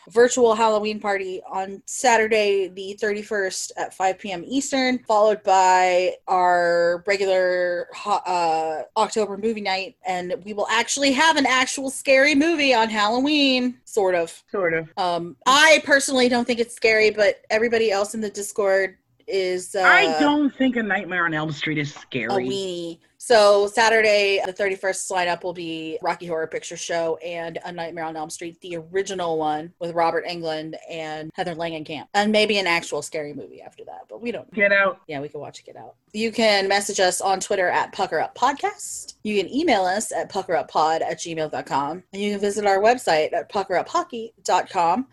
[SPEAKER 2] Virtual Halloween party on Saturday, the 31st at 5 p.m. Eastern, followed by our regular ho- uh, October movie night. And we will actually have an actual scary movie on Halloween, sort of.
[SPEAKER 1] Sort of.
[SPEAKER 2] Um, I personally don't think it's scary, but everybody else in the Discord is. Uh, oh,
[SPEAKER 1] I don't think a Nightmare on Elm Street is
[SPEAKER 2] a
[SPEAKER 1] scary.
[SPEAKER 2] weenie. So Saturday, the 31st lineup will be Rocky Horror Picture Show and A Nightmare on Elm Street, the original one with Robert Englund and Heather Langenkamp, and maybe an actual scary movie after that. But we don't.
[SPEAKER 1] Get out.
[SPEAKER 2] Yeah, we can watch Get Out. You can message us on Twitter at Pucker Up Podcast. You can email us at puckeruppod at gmail.com. And you can visit our website at puckeruphockey.com.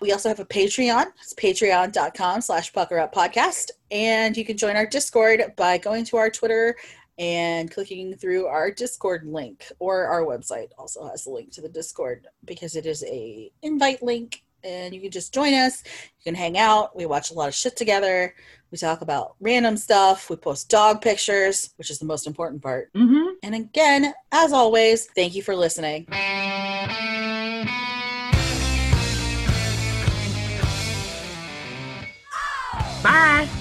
[SPEAKER 2] We also have a Patreon. It's patreon.com slash puckeruppodcast. And you can join our Discord by going to our Twitter and clicking through our Discord link. Or our website also has a link to the Discord because it is a invite link. And you can just join us. You can hang out. We watch a lot of shit together. We talk about random stuff. We post dog pictures, which is the most important part.
[SPEAKER 1] Mm-hmm.
[SPEAKER 2] And again, as always, thank you for listening.
[SPEAKER 1] Bye.